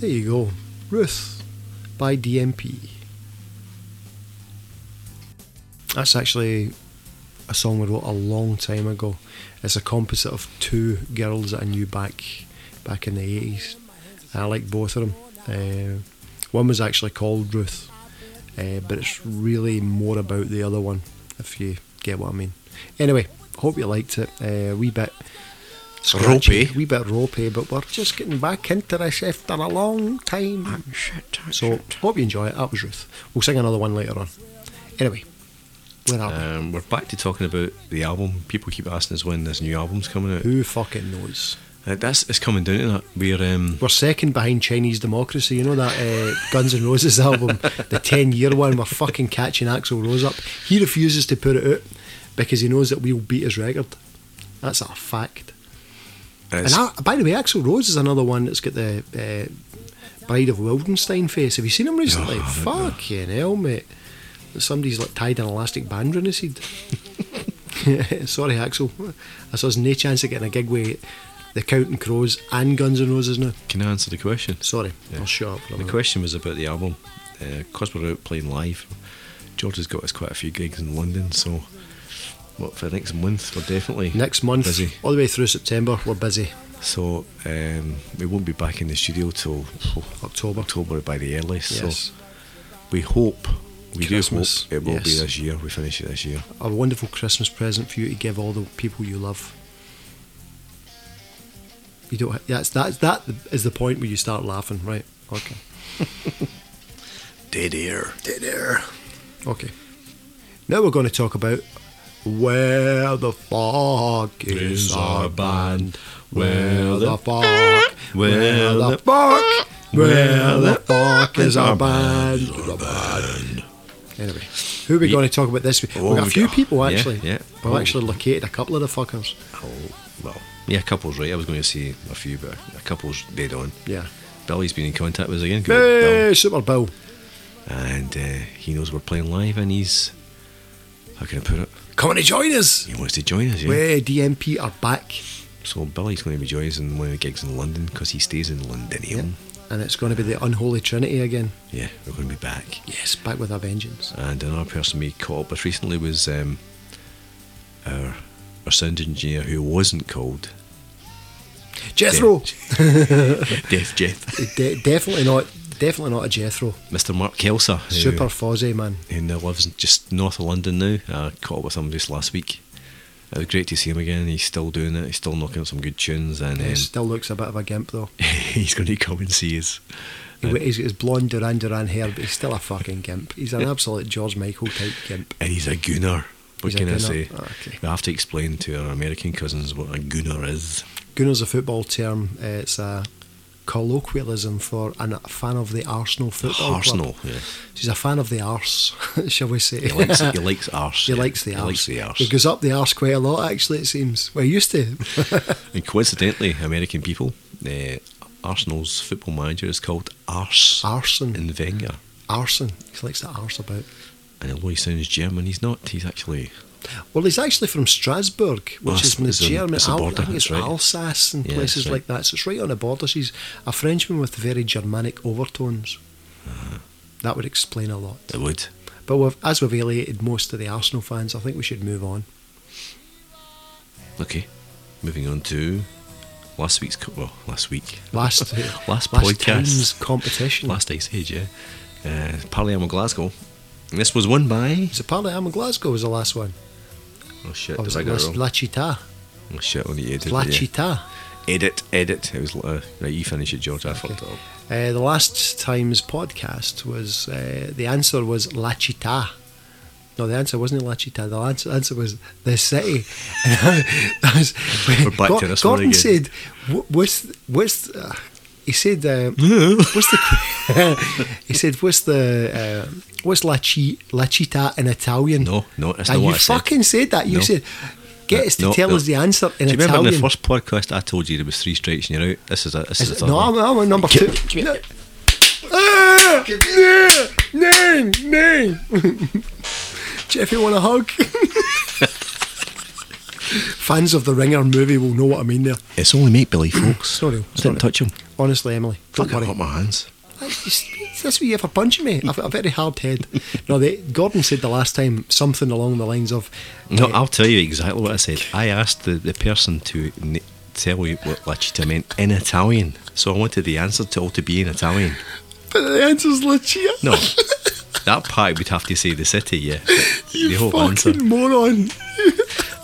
Speaker 1: There you go. Ruth by DMP. That's actually a song we wrote a long time ago. It's a composite of two girls that I knew back back in the 80s. I like both of them. Uh, one was actually called Ruth, uh, but it's really more about the other one, if you get what I mean. Anyway, hope you liked it. A wee bit scratchy,
Speaker 2: Ropey.
Speaker 1: wee bit ropey, but we're just getting back into this after a long time.
Speaker 2: Oh, Shit,
Speaker 1: So hope you enjoy it. That was Ruth. We'll sing another one later on. Anyway, where are we?
Speaker 2: Um, we're back to talking about the album. People keep asking us when this new album's coming out.
Speaker 1: Who fucking knows?
Speaker 2: Uh, that's it's coming down to that. We're um,
Speaker 1: We're second behind Chinese Democracy. You know that uh, Guns N' Roses album, the ten-year one. We're fucking catching Axl Rose up. He refuses to put it out because he knows that we'll beat his record. That's a fact. And
Speaker 2: it's,
Speaker 1: I, by the way, Axl Rose is another one that's got the uh, Bride of Wildenstein face. Have you seen him recently?
Speaker 2: Oh, I haven't, no.
Speaker 1: Fucking hell, mate. Somebody's like tied an elastic band round his head. Sorry, Axel. I saw there's no chance of getting a gig with the Counting Crows and Guns N' Roses now.
Speaker 2: can I answer the question?
Speaker 1: Sorry,
Speaker 2: Yeah.
Speaker 1: I'll shut up for a
Speaker 2: The
Speaker 1: minute.
Speaker 2: question was about the album. Because we're out playing live, George has got us quite a few gigs in London, so what for next month we're definitely
Speaker 1: Next month,
Speaker 2: busy.
Speaker 1: all the way through September, we're busy.
Speaker 2: So um, we won't be back in the studio till oh,
Speaker 1: October.
Speaker 2: October by the earliest.
Speaker 1: Yes.
Speaker 2: So we hope we
Speaker 1: Christmas,
Speaker 2: do hope it will be
Speaker 1: yes.
Speaker 2: this year. We finish it this year.
Speaker 1: A wonderful Christmas present for you to give all the people you love. You don't. ha- That's that. That is the point where you start laughing, right? Okay.
Speaker 2: Dead air. Dead air.
Speaker 1: Okay. Now we're going to talk about where the fuck is our band? Where the fuck? Where the fuck? Where the fuck is our band? The band. Anyway, who are we
Speaker 2: Ye-
Speaker 1: going to talk about this week?
Speaker 2: Oh,
Speaker 1: We've got a
Speaker 2: we
Speaker 1: few
Speaker 2: got-
Speaker 1: people
Speaker 2: yeah,
Speaker 1: actually.
Speaker 2: yeah.
Speaker 1: We've
Speaker 2: Oh.
Speaker 1: actually located a couple of the fuckers.
Speaker 2: Oh well, Yeah, a couple's right. I was going to say a few, but a couple's dead on.
Speaker 1: Yeah.
Speaker 2: Billy's been in contact with us again. Good old Bill.
Speaker 1: Hey, Super Bill.
Speaker 2: and uh, he knows we're playing live, and he's how can I put it?
Speaker 1: Come on and join us.
Speaker 2: He wants to join us. Yeah.
Speaker 1: Where DMP are back.
Speaker 2: So Billy's going to be joining us in one of the gigs in London because he stays in Londonium.
Speaker 1: And it's going to be the Unholy Trinity again.
Speaker 2: Yeah. we're going to be back.
Speaker 1: Yes, back with a vengeance.
Speaker 2: And another person we caught up with recently was um, our our sound engineer who wasn't called
Speaker 1: Jethro.
Speaker 2: Def Jeff,
Speaker 1: De- definitely not. Definitely not a Jethro.
Speaker 2: Mr. Mark Kelser, who,
Speaker 1: Super Fozzy man.
Speaker 2: who now lives just north of London now. I caught up with him just last week. It was great to see him again. He's still doing it. He's still knocking out some good tunes, and
Speaker 1: He
Speaker 2: um,
Speaker 1: Still looks a bit of a gimp though.
Speaker 2: he's going to come and see us.
Speaker 1: He- He's got his blonde Duran Duran hair, but he's still a fucking gimp. He's an absolute George Michael type gimp.
Speaker 2: And he's a gooner. What
Speaker 1: He's a
Speaker 2: can I
Speaker 1: gooner.
Speaker 2: say?
Speaker 1: Ah, okay.
Speaker 2: I have to explain to our American cousins what a gooner is.
Speaker 1: Gooner's a football term. Uh, It's a colloquialism for an- a fan of the Arsenal football
Speaker 2: Arsenal.
Speaker 1: club.
Speaker 2: Yeah.
Speaker 1: She's a fan of the arse, shall we say?
Speaker 2: He likes he likes arse.
Speaker 1: He
Speaker 2: yeah.
Speaker 1: likes the
Speaker 2: he
Speaker 1: arse.
Speaker 2: Likes the
Speaker 1: He
Speaker 2: arse.
Speaker 1: goes up the arse quite a lot, actually. It seems. Well, he used to.
Speaker 2: And coincidentally, American people, uh, Arsenal's football manager is called Arse
Speaker 1: Arson.
Speaker 2: in Wenger.
Speaker 1: Arson. He likes to arse about.
Speaker 2: And although he sounds German, he's not. He's actually
Speaker 1: Well, he's actually from Strasbourg, which
Speaker 2: Well,
Speaker 1: is in the
Speaker 2: it's on-
Speaker 1: German.
Speaker 2: it's a
Speaker 1: Al-
Speaker 2: border,
Speaker 1: I think it's
Speaker 2: that's right.
Speaker 1: Alsace and
Speaker 2: Yeah,
Speaker 1: places
Speaker 2: that's right.
Speaker 1: like that. So it's right on the border. She's a Frenchman with very Germanic overtones.
Speaker 2: Uh-huh.
Speaker 1: That would explain a lot.
Speaker 2: it would.
Speaker 1: But we've, as we've alienated most of the Arsenal fans, I think we should move on.
Speaker 2: Okay. Moving on to last week's co- well, last week.
Speaker 1: Last
Speaker 2: Last
Speaker 1: last
Speaker 2: podcast.
Speaker 1: time's competition.
Speaker 2: Last Ice Age, yeah. Uh Parliamo Glasgow. And this was won by
Speaker 1: So apparently, I'm in Glasgow was the last one.
Speaker 2: Oh shit,
Speaker 1: Or
Speaker 2: did
Speaker 1: was
Speaker 2: I
Speaker 1: it
Speaker 2: get it
Speaker 1: last,
Speaker 2: wrong?
Speaker 1: La Chita?
Speaker 2: Oh shit, only edited.
Speaker 1: La
Speaker 2: yeah.
Speaker 1: Chita.
Speaker 2: Edit, edit. It was uh, right. You finish it, George. I fucked it up.
Speaker 1: Uh, the last time's podcast was uh, the answer was La Città. No, the answer wasn't La Città. The answer, answer was the city. That was-
Speaker 2: We're back to this one
Speaker 1: Gordon
Speaker 2: again.
Speaker 1: said, "Wh- "What's what's?" Uh, he said, uh, "What's the?" he said, "What's the?" Uh, What's la, ci- la città in Italian?
Speaker 2: No, no, that's
Speaker 1: Ah,
Speaker 2: not
Speaker 1: you
Speaker 2: what I said.
Speaker 1: fucking said that. You
Speaker 2: No.
Speaker 1: said, get
Speaker 2: Uh,
Speaker 1: us to
Speaker 2: no,
Speaker 1: tell
Speaker 2: no.
Speaker 1: us the answer in
Speaker 2: Do you
Speaker 1: Italian.
Speaker 2: remember in the first podcast I told you there was three strikes and you're out? This is a this is,
Speaker 1: Is
Speaker 2: a
Speaker 1: it-
Speaker 2: third
Speaker 1: no,
Speaker 2: one.
Speaker 1: I'm, I'm on number
Speaker 2: Give-
Speaker 1: two. No. Ah, no, no, no. Jeffy, want a hug? Fans of the Ringer movie will know what I mean there.
Speaker 2: It's only make believe, folks.
Speaker 1: Sorry,
Speaker 2: I
Speaker 1: sorry.
Speaker 2: didn't touch him.
Speaker 1: Honestly, Emily, don't
Speaker 2: Fuck, I
Speaker 1: worry.
Speaker 2: hurt my hands.
Speaker 1: That's, just- that's what you have for punching me. I've got a very hard head. No, they, Gordon said the last time something along the lines of.
Speaker 2: No,
Speaker 1: eh,
Speaker 2: I'll tell you exactly what I said. I asked the, the person to n- tell you what La Chita meant in Italian, so I wanted the answer to all to be in Italian.
Speaker 1: but the answer's Lucia.
Speaker 2: No, that part would have to say the city, yeah.
Speaker 1: you
Speaker 2: the whole
Speaker 1: fucking
Speaker 2: answer.
Speaker 1: moron.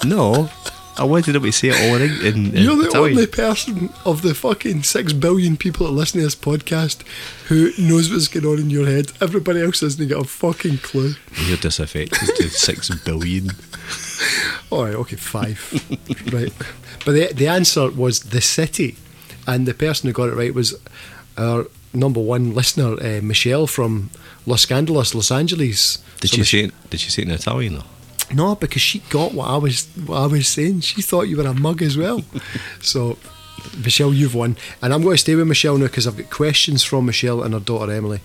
Speaker 2: No, I wanted them to say it all in, in, in
Speaker 1: You're the
Speaker 2: Italian.
Speaker 1: only person of the fucking six billion people that listen to this podcast who knows what's going on in your head. Everybody else hasn't got a fucking clue.
Speaker 2: You're disaffected to six billion.
Speaker 1: All right, okay, five. right. But the, the answer was the city. And the person who got it right was our number one listener, uh, Michelle from Los Angeles, Los Angeles.
Speaker 2: Did
Speaker 1: So
Speaker 2: you
Speaker 1: Mich-
Speaker 2: say it, did you say it in Italian though?
Speaker 1: No, because she got what I was what I was saying. She thought you were a mug as well. so, Michelle, you've won, and I'm going to stay with Michelle now because I've got questions from Michelle and her daughter Emily.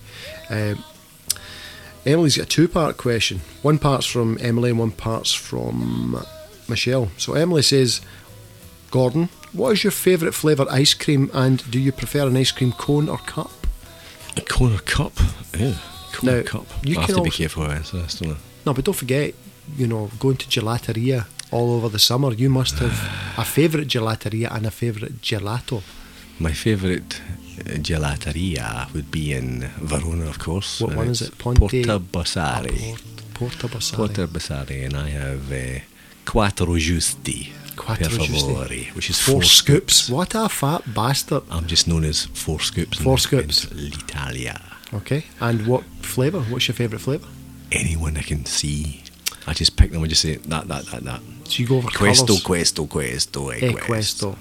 Speaker 1: Um, Emily's got a two-part question. One part's from Emily, and one part's from Michelle. So Emily says, "Gordon, what is your favourite flavoured ice cream, and do you prefer an ice cream cone or cup?"
Speaker 2: A corner cup. Yeah. Corner
Speaker 1: Now,
Speaker 2: cup.
Speaker 1: you
Speaker 2: I have
Speaker 1: can
Speaker 2: to be
Speaker 1: also-
Speaker 2: careful with this, I still know.
Speaker 1: No, but don't forget, you know, going to gelateria all over the summer, you must have a favourite gelateria and a favourite gelato.
Speaker 2: My favourite uh, gelateria would be in Verona, of course.
Speaker 1: What
Speaker 2: and
Speaker 1: one is
Speaker 2: it's
Speaker 1: it? Ponte-
Speaker 2: Porta Bossari.
Speaker 1: Port- Porta Bassari.
Speaker 2: Porta Bossari, and I have uh, Quattro Giusti.
Speaker 1: Quattro
Speaker 2: per
Speaker 1: Giusti.
Speaker 2: favore, which is
Speaker 1: four,
Speaker 2: four,
Speaker 1: scoops. What a fat bastard.
Speaker 2: I'm just known as Four Scoops. in-
Speaker 1: Four Scoops.
Speaker 2: in L'Italia.
Speaker 1: Okay, and what flavour? What's your favourite flavour?
Speaker 2: Anyone I can see. I just pick them and just say that, that, that, that.
Speaker 1: So you go over
Speaker 2: Questo,
Speaker 1: colours.
Speaker 2: questo, questo, e
Speaker 1: Eh,
Speaker 2: questo.
Speaker 1: questo.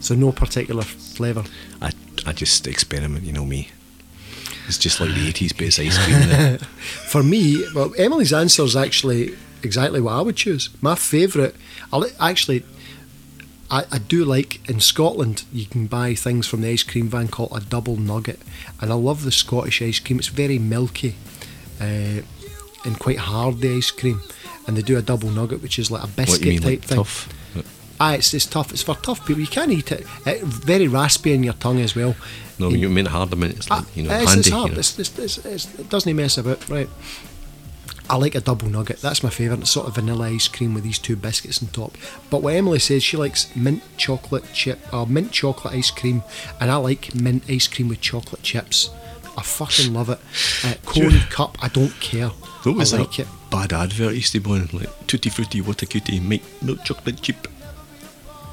Speaker 1: So no particular flavour.
Speaker 2: I, I just experiment, you know me. It's just like the 80s base ice cream. innit?
Speaker 1: For me, well, Emily's answer is actually exactly what I would choose. My favourite, I'll actually, I, I do like in Scotland, you can buy things from the ice cream van called a double nugget, and I love the Scottish ice cream. It's very milky uh, and quite hard, the ice cream. And they do a double nugget, which is like a biscuit
Speaker 2: what do you mean,
Speaker 1: type
Speaker 2: like
Speaker 1: thing.
Speaker 2: tough?
Speaker 1: Ah, it's, it's tough. It's for tough people. You can't eat it. It very raspy in your tongue as well.
Speaker 2: No, you meant hard. I meant it's like you know, handy.
Speaker 1: it's, Ah, it's hard.
Speaker 2: you know.
Speaker 1: It's, it's, it's, it's, it doesn't mess about, right? I like a double nugget. That's my favourite. It's sort of vanilla ice cream with these two biscuits on top. But what Emily says, she likes mint chocolate chip, uh, mint chocolate ice cream, and I like mint ice cream with chocolate chips. I fucking love it. Uh, cone cup, I don't care.
Speaker 2: What was
Speaker 1: I
Speaker 2: that
Speaker 1: like it.
Speaker 2: bad advert used to be on? Like, Tutti Frutti, what a cutie, make milk chocolate chip.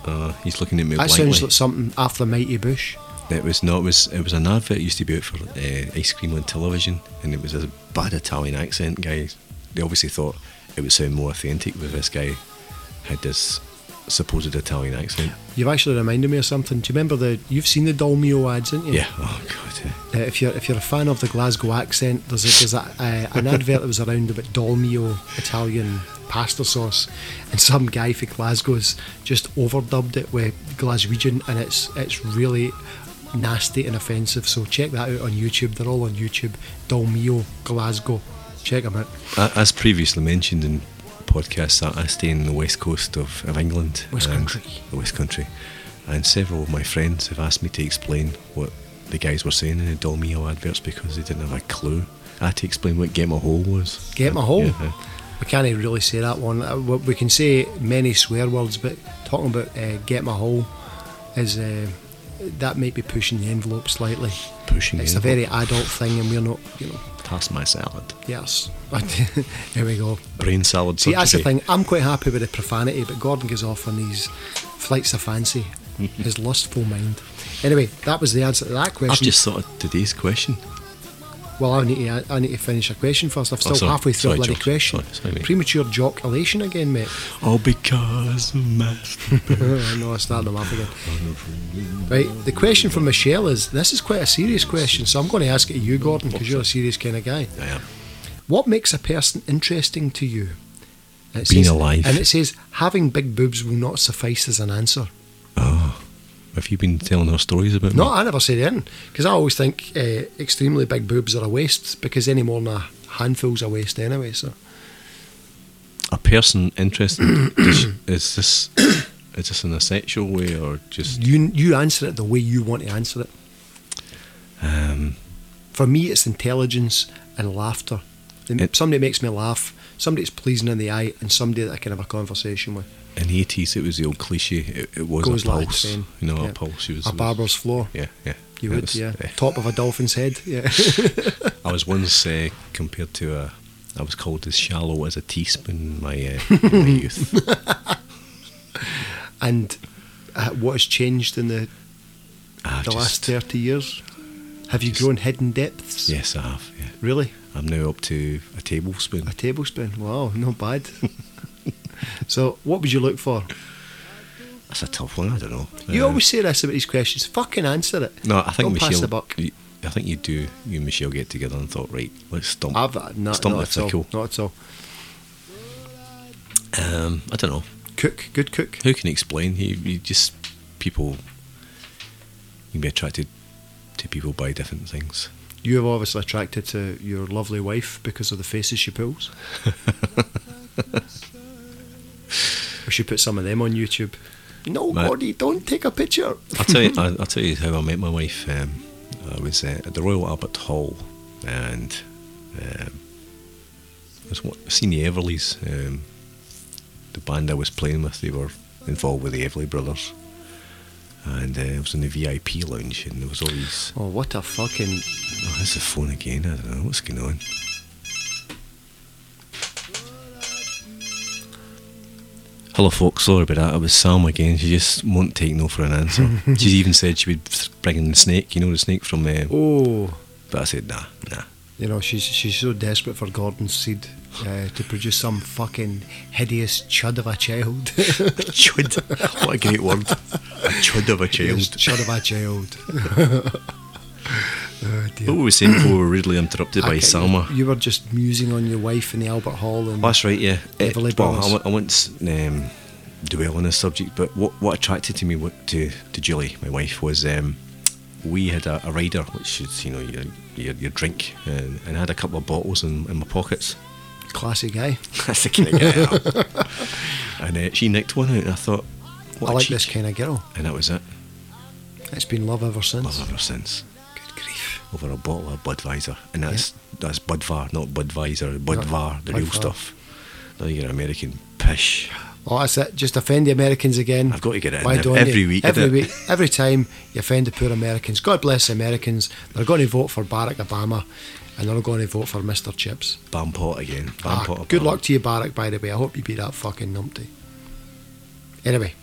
Speaker 2: Uh, he's looking at me
Speaker 1: That
Speaker 2: blankly.
Speaker 1: sounds like something after the Mighty Bush.
Speaker 2: It was no, it was it was an advert that used to be out for uh, ice cream on television, and it was a bad Italian accent guy. They obviously thought it would sound more authentic with this guy had this supposed Italian accent.
Speaker 1: You've actually reminded me of something. Do you remember the? You've seen the Dolmio ads, haven't you?
Speaker 2: Yeah. Oh god. yeah.
Speaker 1: Uh, if you're if you're a fan of the Glasgow accent, there's a, there's a, uh, an advert that was around about Dolmio Italian pasta sauce, and some guy from Glasgow's just overdubbed it with Glaswegian, and it's it's really nasty and offensive. So check that out on YouTube. They're all on YouTube. Dolmio Glasgow. Check them out.
Speaker 2: A- As previously mentioned in podcasts, I I stay in the west coast of, of England.
Speaker 1: West
Speaker 2: and-
Speaker 1: Country.
Speaker 2: The West Country. And several of my friends have asked me to explain what the guys were saying in the Dolmio adverts because they didn't have a clue. I had to explain what Get My Hole was.
Speaker 1: Get My Hole?
Speaker 2: Yeah.
Speaker 1: We can't really say that one. Uh, we- We can say many swear words, but talking about uh, get my hole is uh, that might be pushing the envelope slightly.
Speaker 2: Pushing
Speaker 1: It's
Speaker 2: the
Speaker 1: a very
Speaker 2: envelope.
Speaker 1: adult thing, and we're not, you know,
Speaker 2: Pass my salad.
Speaker 1: yes. there we go.
Speaker 2: Brain salad
Speaker 1: See,
Speaker 2: surgery.
Speaker 1: that's the thing. I'm quite happy with the profanity, but Gordon goes off on these flights of fancy, his lustful mind. Anyway, that was the answer to that
Speaker 2: I've
Speaker 1: question.
Speaker 2: just thought of today's question.
Speaker 1: well, I need to, I need to finish a question first. I'm still
Speaker 2: Oh, sorry.
Speaker 1: halfway through
Speaker 2: Sorry,
Speaker 1: a bloody
Speaker 2: Josh.
Speaker 1: question.
Speaker 2: Sorry, sorry, mate.
Speaker 1: Premature joculation again, mate.
Speaker 2: All because of my...
Speaker 1: no, I started them off again. Right, the question from Michelle is this is quite a serious question, so I'm going to ask it to you, Gordon, because you're a serious kind of guy.
Speaker 2: I am.
Speaker 1: What makes a person interesting to you? And it
Speaker 2: Being
Speaker 1: says-
Speaker 2: alive.
Speaker 1: And it says having big boobs will not suffice as an answer.
Speaker 2: Oh. Have you been telling her stories about
Speaker 1: No,
Speaker 2: me?
Speaker 1: I never said anything because I always think uh, extremely big boobs are a waste because any more than a handful's a waste anyway. So
Speaker 2: a person interested does- is this is this in a sexual way or just
Speaker 1: you you answer it the way you want to answer it.
Speaker 2: um
Speaker 1: For me, it's intelligence and laughter. The-
Speaker 2: It-
Speaker 1: somebody that makes me laugh, somebody that's pleasing in the eye, and somebody that I can have a conversation with.
Speaker 2: in the 80s it was the old cliche it, it was
Speaker 1: Goes
Speaker 2: a
Speaker 1: like a
Speaker 2: pulse
Speaker 1: train.
Speaker 2: you know
Speaker 1: Yeah.
Speaker 2: a pulse it was,
Speaker 1: A
Speaker 2: it was-
Speaker 1: barber's floor.
Speaker 2: yeah yeah
Speaker 1: You
Speaker 2: It
Speaker 1: would,
Speaker 2: was-
Speaker 1: yeah. Top of a dolphin's head. Yeah.
Speaker 2: I was once uh, compared to a I was called as shallow as a teaspoon in my, uh, in my youth
Speaker 1: and uh, what has changed in the,
Speaker 2: I've Ah,
Speaker 1: the
Speaker 2: just-
Speaker 1: last 30 years? Have you
Speaker 2: just-
Speaker 1: grown hidden depths?
Speaker 2: yes I have yeah
Speaker 1: Really?
Speaker 2: I'm now up to a tablespoon
Speaker 1: A tablespoon? Wow, not bad. so, what would you look for?
Speaker 2: that's a tough one I don't know
Speaker 1: You
Speaker 2: Uh,
Speaker 1: always say this about these questions. Fucking answer it.
Speaker 2: no I think
Speaker 1: Don't
Speaker 2: Michelle
Speaker 1: pass the buck.
Speaker 2: you- I think you do you and Michelle get together and thought right let's stump
Speaker 1: I've uh, no,
Speaker 2: stump
Speaker 1: not
Speaker 2: the
Speaker 1: at all.
Speaker 2: tickle
Speaker 1: Not at all.
Speaker 2: um, I don't know
Speaker 1: Cook, good cook.
Speaker 2: who can explain? He, he just people you can be attracted to people by different things.
Speaker 1: You are obviously attracted to your lovely wife because of the faces she pulls. we should put some of them on YouTube. No,
Speaker 2: Right.
Speaker 1: Gordy, don't take a picture.
Speaker 2: I'll tell you. I'll, I'll tell you how I met my wife. Um, I was uh, at the Royal Albert Hall, and um, I was wa- seeing the Everleys. Um, the band I was playing with, they were involved with the Everly Brothers, and uh, I was in the VIP lounge, and there was all these.
Speaker 1: Oh, what a fucking.
Speaker 2: Oh, that's the phone again. I don't know what's going on. Hello, folks. Sorry about that. It was Sam again. She just won't take no for an answer. She's even said she would bring in the snake. You know the snake from there.
Speaker 1: Oh,
Speaker 2: But I said nah, nah.
Speaker 1: you know, she's she's so desperate for Gordon's seed uh, to produce some fucking hideous chud of a child.
Speaker 2: Chud. What a great word. A chud of a
Speaker 1: Hideous
Speaker 2: child.
Speaker 1: chud of a child. oh, dear.
Speaker 2: What were we saying before we were rudely interrupted
Speaker 1: I
Speaker 2: by
Speaker 1: can't-
Speaker 2: Salma?
Speaker 1: You were just musing on your wife in the Albert Hall and
Speaker 2: That's right, yeah. Eh,
Speaker 1: Everly
Speaker 2: well, I
Speaker 1: Brothers.
Speaker 2: went, I went um, dwell on this subject, but what, what attracted to me wa- to to Julie, my wife, was um, we had a, a rider, which is you know your your, your drink, and, and I had a couple of bottles in, in my pockets.
Speaker 1: Classy guy.
Speaker 2: That's the kind of guy. I am. and uh, she nicked one out, and I thought, what
Speaker 1: I
Speaker 2: a
Speaker 1: like
Speaker 2: cheek.
Speaker 1: this kind of girl.
Speaker 2: And that was it.
Speaker 1: It's been love ever since.
Speaker 2: Love ever since.
Speaker 1: Good grief.
Speaker 2: Over a bottle of Budweiser, and that's that's Budvar, not Budweiser. Budvar, the real
Speaker 1: Budvar.
Speaker 2: stuff. Now you're American pish.
Speaker 1: Oh, that's it. Just offend the Americans again.
Speaker 2: I've got to get it in
Speaker 1: Why
Speaker 2: ev-
Speaker 1: don't
Speaker 2: every
Speaker 1: you?
Speaker 2: week,
Speaker 1: Every
Speaker 2: innit?
Speaker 1: week, every time you offend the poor Americans. God bless the Americans. They're going to vote for Barack Obama, and they're not going to vote for Mr. Chips.
Speaker 2: Bampot again.
Speaker 1: Ah,
Speaker 2: Bampot.
Speaker 1: good luck to you, Barack. By the way, I hope you beat that fucking numpty. Anyway,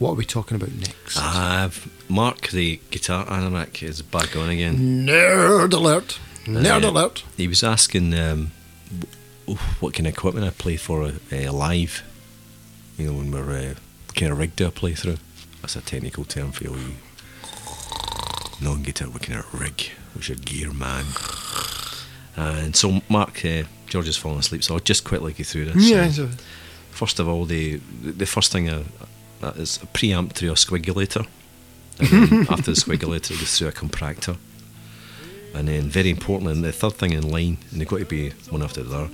Speaker 1: what are we talking about next?
Speaker 2: Ah. I've Mark the guitar anorak is back on again.
Speaker 1: Nerd alert! Nerd
Speaker 2: Uh,
Speaker 1: alert!
Speaker 2: He was asking um, w- what kind of equipment I play for uh, uh, live. You know when we're uh, what kind of rig do I play through? That's a technical term for you. Non-guitar, what kind of rig? What's your gear, man? And so Mark, uh, George has fallen asleep, so I'll just quickly go through this.
Speaker 1: Yeah,
Speaker 2: Um,
Speaker 1: so,
Speaker 2: First of all, the the first thing uh, that is a preamp through a squigulator. And then after the squigulator, it goes through a compractor. And then, very importantly, and the third thing in line, and they've got to be one after the other,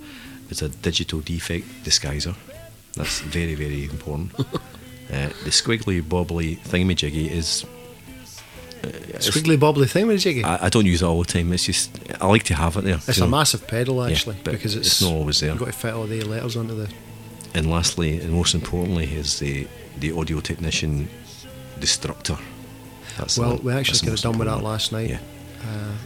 Speaker 2: is a digital defect disguiser. That's very, very important. uh, the squiggly, bobbly thingamajiggy is. uh, it's- Ah,
Speaker 1: squiggly bobbly thing. What did you get?
Speaker 2: I, I don't use it all the time. It's just I like to have it there.
Speaker 1: It's
Speaker 2: you
Speaker 1: a
Speaker 2: know.
Speaker 1: massive pedal
Speaker 2: Yeah,
Speaker 1: actually
Speaker 2: but
Speaker 1: because it's,
Speaker 2: it's not always there.
Speaker 1: You've got to fit all the letters onto the.
Speaker 2: And lastly, and most importantly, is the the audio technician destructor. That's
Speaker 1: well,
Speaker 2: the-
Speaker 1: we
Speaker 2: that's
Speaker 1: actually
Speaker 2: the
Speaker 1: could have
Speaker 2: most
Speaker 1: done with that
Speaker 2: important one.
Speaker 1: last night.
Speaker 2: Yeah.
Speaker 1: Uh,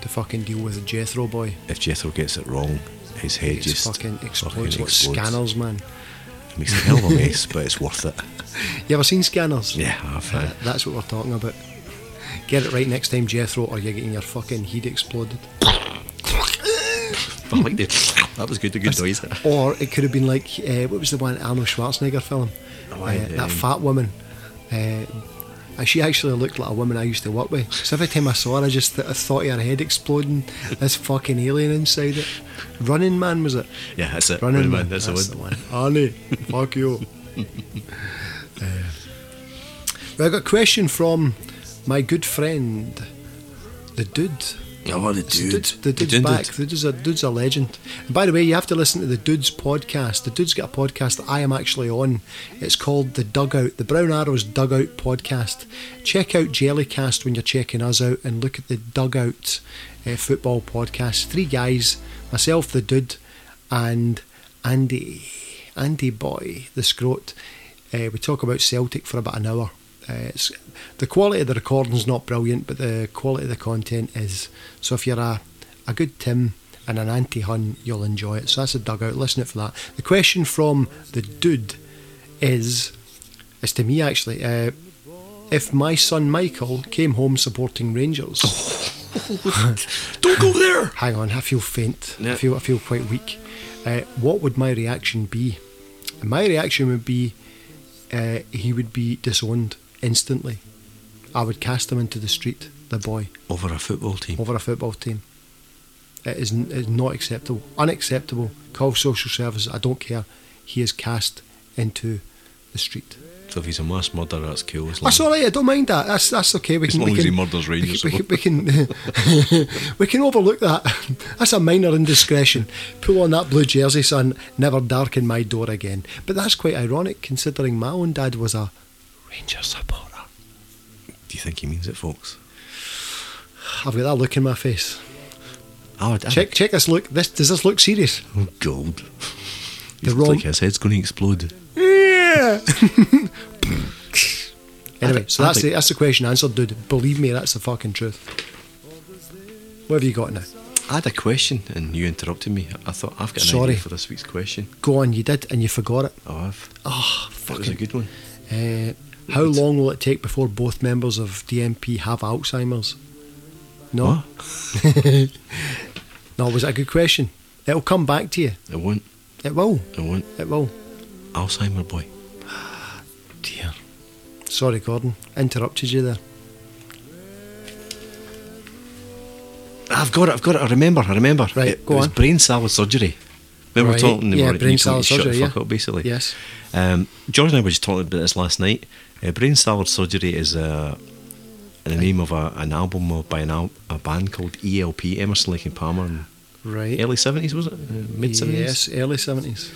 Speaker 1: to fucking deal with a Jethro boy.
Speaker 2: If Jethro gets it wrong, his head
Speaker 1: It
Speaker 2: just
Speaker 1: fucking explodes
Speaker 2: fucking
Speaker 1: like scanners, man.
Speaker 2: It makes a hell of a mess, but it's worth it.
Speaker 1: You ever seen scanners?
Speaker 2: Yeah, I've
Speaker 1: Uh, that's what we're talking about. Get it right next time, Jethro, or you're getting your fucking head exploded.
Speaker 2: I like the, that was good. A good noise.
Speaker 1: Or it could have been like, uh, what was the one Arnold Schwarzenegger film?
Speaker 2: Oh,
Speaker 1: Uh,
Speaker 2: aye, um,
Speaker 1: that fat woman. Uh, uh, she actually looked like a woman I used to work with. So every time I saw her, I just th- I thought of her head exploding, this fucking alien inside it. Running Man was it?
Speaker 2: Yeah, that's it.
Speaker 1: Running,
Speaker 2: Running
Speaker 1: Man.
Speaker 2: man, that's, the one.
Speaker 1: Arnie, fuck you. Uh, well, I got a question from my good friend, the dude.
Speaker 2: Oh, the
Speaker 1: The
Speaker 2: dude.
Speaker 1: dude's, the dude's back. The dude's a, dude's a legend. And by the way, you have to listen to the dude's podcast. The dude's got a podcast that I am actually on. It's called The Dugout, the Brown Arrows Dugout podcast. Check out Jellycast when you're checking us out and look at the Dugout uh, football podcast. Three guys, myself, the dude, and Andy, Andy Boy, the scrot. Uh, we talk about Celtic for about an hour. Uh, it's, the quality of the recording's not brilliant, but the quality of the content is. So if you're a, a good Tim and an anti Hun, you'll enjoy it. So that's a dugout. Listen it for that. The question from the dude is, it's to me actually. Uh, if my son Michael came home supporting Rangers,
Speaker 2: Don't go there.
Speaker 1: hang on, I feel faint. I
Speaker 2: Yeah.
Speaker 1: feel I feel quite weak. Uh, what would my reaction be? My reaction would be uh, he would be disowned instantly. I would cast him into the street, the boy,
Speaker 2: Over a football team.
Speaker 1: over a football team. It is, n- is not acceptable. Unacceptable. Call social services. I don't care. He is cast into the street.
Speaker 2: So if he's a mass murderer, that's cool. As long
Speaker 1: That's all right. I don't mind that. That's that's okay. We
Speaker 2: As
Speaker 1: can,
Speaker 2: long
Speaker 1: we
Speaker 2: as he
Speaker 1: can-
Speaker 2: murders
Speaker 1: we
Speaker 2: Rangers.
Speaker 1: can- We can we can, we can overlook that. That's a minor indiscretion. Pull on that blue jersey, son. Never darken my door again. But that's quite ironic, considering my own dad was a Rangers supporter.
Speaker 2: Do you think he means it, folks?
Speaker 1: I've got that look in my face.
Speaker 2: I would, I
Speaker 1: Check check this look. This does this look serious?
Speaker 2: Oh, God.
Speaker 1: The
Speaker 2: It's
Speaker 1: wrong.
Speaker 2: like his head's going to explode.
Speaker 1: Yeah. anyway,
Speaker 2: I'd-
Speaker 1: so that's
Speaker 2: I'd-
Speaker 1: the that's the question answered, dude. Believe me, that's the fucking truth. What have you got now?
Speaker 2: I had a question and you interrupted me. I thought I've got an
Speaker 1: Sorry.
Speaker 2: idea for this week's question.
Speaker 1: Go on, you did, and you forgot it.
Speaker 2: Oh, I've.
Speaker 1: Oh,
Speaker 2: That was a
Speaker 1: fucking.
Speaker 2: good one.
Speaker 1: Uh, how long will it take before both members of DMP have Alzheimer's? No, no, was that a good question? It'll come back to you.
Speaker 2: I want.
Speaker 1: It will.
Speaker 2: I want
Speaker 1: It will.
Speaker 2: Alzheimer boy. Dear.
Speaker 1: Sorry, Gordon, interrupted you there.
Speaker 2: I've got it. I've got it. I remember. I remember.
Speaker 1: Right,
Speaker 2: It,
Speaker 1: go
Speaker 2: it was
Speaker 1: on.
Speaker 2: brain salad surgery. Remember
Speaker 1: Right.
Speaker 2: talking
Speaker 1: Yeah,
Speaker 2: about
Speaker 1: brain
Speaker 2: you
Speaker 1: salad
Speaker 2: completely shut
Speaker 1: surgery,
Speaker 2: the fuck
Speaker 1: yeah.
Speaker 2: up, basically.
Speaker 1: Yes.
Speaker 2: Um, George and I were just talking about this last night. Uh, brain salad surgery is uh, the name of a, an album of- by an al- a band called ELP, Emerson Lake and Palmer, in
Speaker 1: Right.
Speaker 2: early seventies was it? Uh, Mid seventies.
Speaker 1: Yes, early 70s.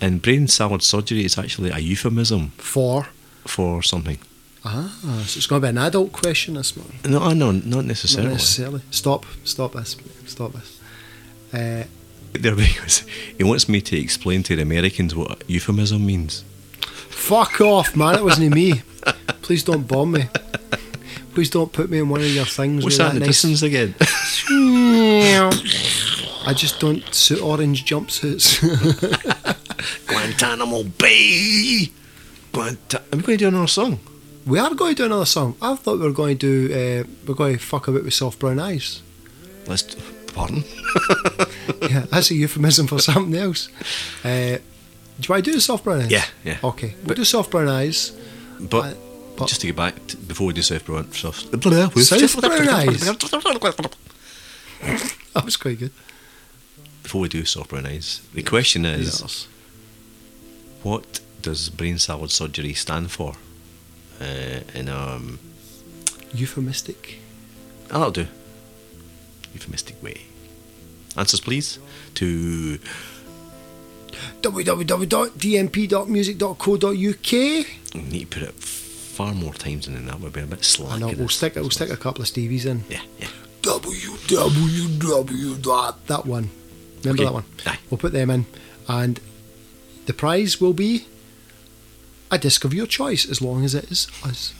Speaker 2: And brain salad surgery is actually a euphemism
Speaker 1: Four.
Speaker 2: for something.
Speaker 1: Ah, so it's going to be an adult question this morning.
Speaker 2: No, uh, no, not
Speaker 1: Not
Speaker 2: necessarily.
Speaker 1: necessarily. Stop. Stop this. Stop this. Uh,
Speaker 2: There because he wants me to explain to the Americans what a euphemism means.
Speaker 1: fuck off, man. It wasn't me. Please don't bomb me. Please don't put me in one of your things.
Speaker 2: What's
Speaker 1: with
Speaker 2: that in the
Speaker 1: nice-
Speaker 2: distance again?
Speaker 1: I just don't suit orange jumpsuits.
Speaker 2: Guantanamo Bay. Guanta- Are we going to do another song?
Speaker 1: we are going to do another song. I thought we were going to do, uh, we're going to fuck about with soft brown eyes.
Speaker 2: Let's. d- Pardon?
Speaker 1: yeah, that's a euphemism for something else. Uh, do I do the soft brown eyes?
Speaker 2: Yeah, yeah.
Speaker 1: Okay, we'll do soft brown eyes.
Speaker 2: But,
Speaker 1: I- but-
Speaker 2: just to get back to, before we do South Brown South,
Speaker 1: South Brown Eyes. That was quite good.
Speaker 2: Before we do South Brown Eyes, the question is, what does brain salad surgery stand for? Uh, and um,
Speaker 1: Euphemistic.
Speaker 2: oh, that'll do. Euphemistic way. Answers, please. To
Speaker 1: www.dmp.music.co.uk.
Speaker 2: we need to put it far more times than that. We'll be a bit slack.
Speaker 1: I know,
Speaker 2: in
Speaker 1: we'll
Speaker 2: this.
Speaker 1: stick, we'll stick a couple of Stevies in.
Speaker 2: Yeah, yeah.
Speaker 1: www. dot- That one. Remember
Speaker 2: Okay.
Speaker 1: that one?
Speaker 2: Aye.
Speaker 1: We'll put them in. And the prize will be a disc of your choice, as long as it is us.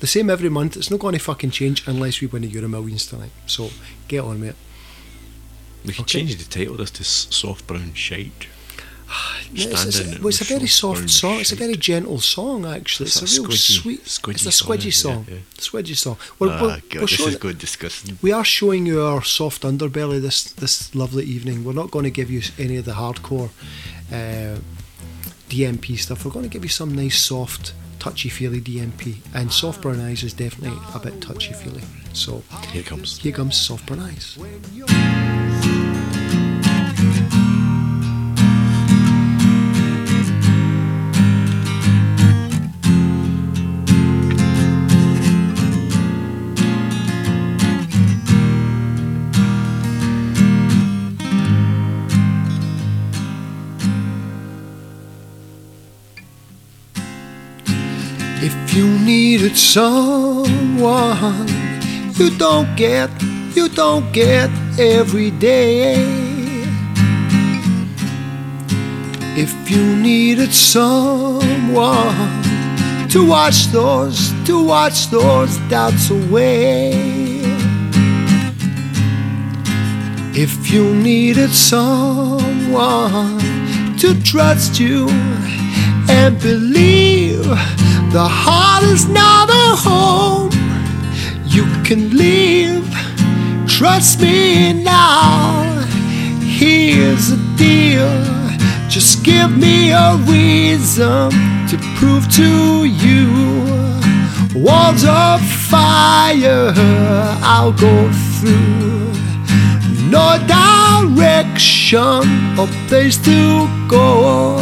Speaker 1: The same every month. It's not going to fucking change unless we win a Euro Millions tonight. So get on with
Speaker 2: We could
Speaker 1: Okay.
Speaker 2: change the title of this to S- Soft Brown Shite.
Speaker 1: it. It's, it's,
Speaker 2: Standing
Speaker 1: well, it's a very
Speaker 2: soft brown
Speaker 1: soft song. It's a
Speaker 2: shite.
Speaker 1: very gentle song, actually. It's,
Speaker 2: It's
Speaker 1: a,
Speaker 2: a
Speaker 1: real
Speaker 2: squidgy-
Speaker 1: sweet.
Speaker 2: squidgy
Speaker 1: it's a
Speaker 2: song,
Speaker 1: squidgy
Speaker 2: isn't it?
Speaker 1: song.
Speaker 2: Yeah, yeah.
Speaker 1: Squidgy song. We're,
Speaker 2: Ah,
Speaker 1: we're,
Speaker 2: God,
Speaker 1: we're
Speaker 2: this
Speaker 1: showing
Speaker 2: is good disgusting.
Speaker 1: We are showing you our soft underbelly this this lovely evening. We're not going to give you any of the hardcore uh, DMP stuff. We're going to give you some nice, soft, touchy feely DMP. And soft brown eyes is definitely a bit touchy feely. So
Speaker 2: Here it comes.
Speaker 1: here comes soft brown eyes. If you needed someone you don't get, you don't get every day. If you needed someone to watch those, to watch those doubts away. If you needed someone to trust you and believe the heart is not a home you can leave. Trust me now. Here's the deal. Just give me a reason to prove to you. Walls of fire, I'll go through. No direction or place to go.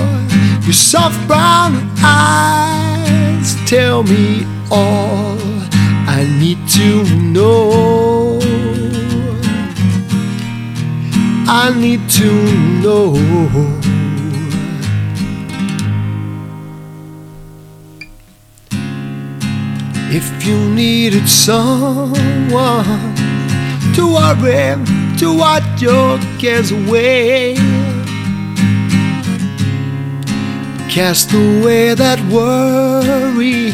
Speaker 1: Your soft brown eyes tell me all I need to know. I need to know. If you needed someone to worry, to watch your cares away. Cast away that worry.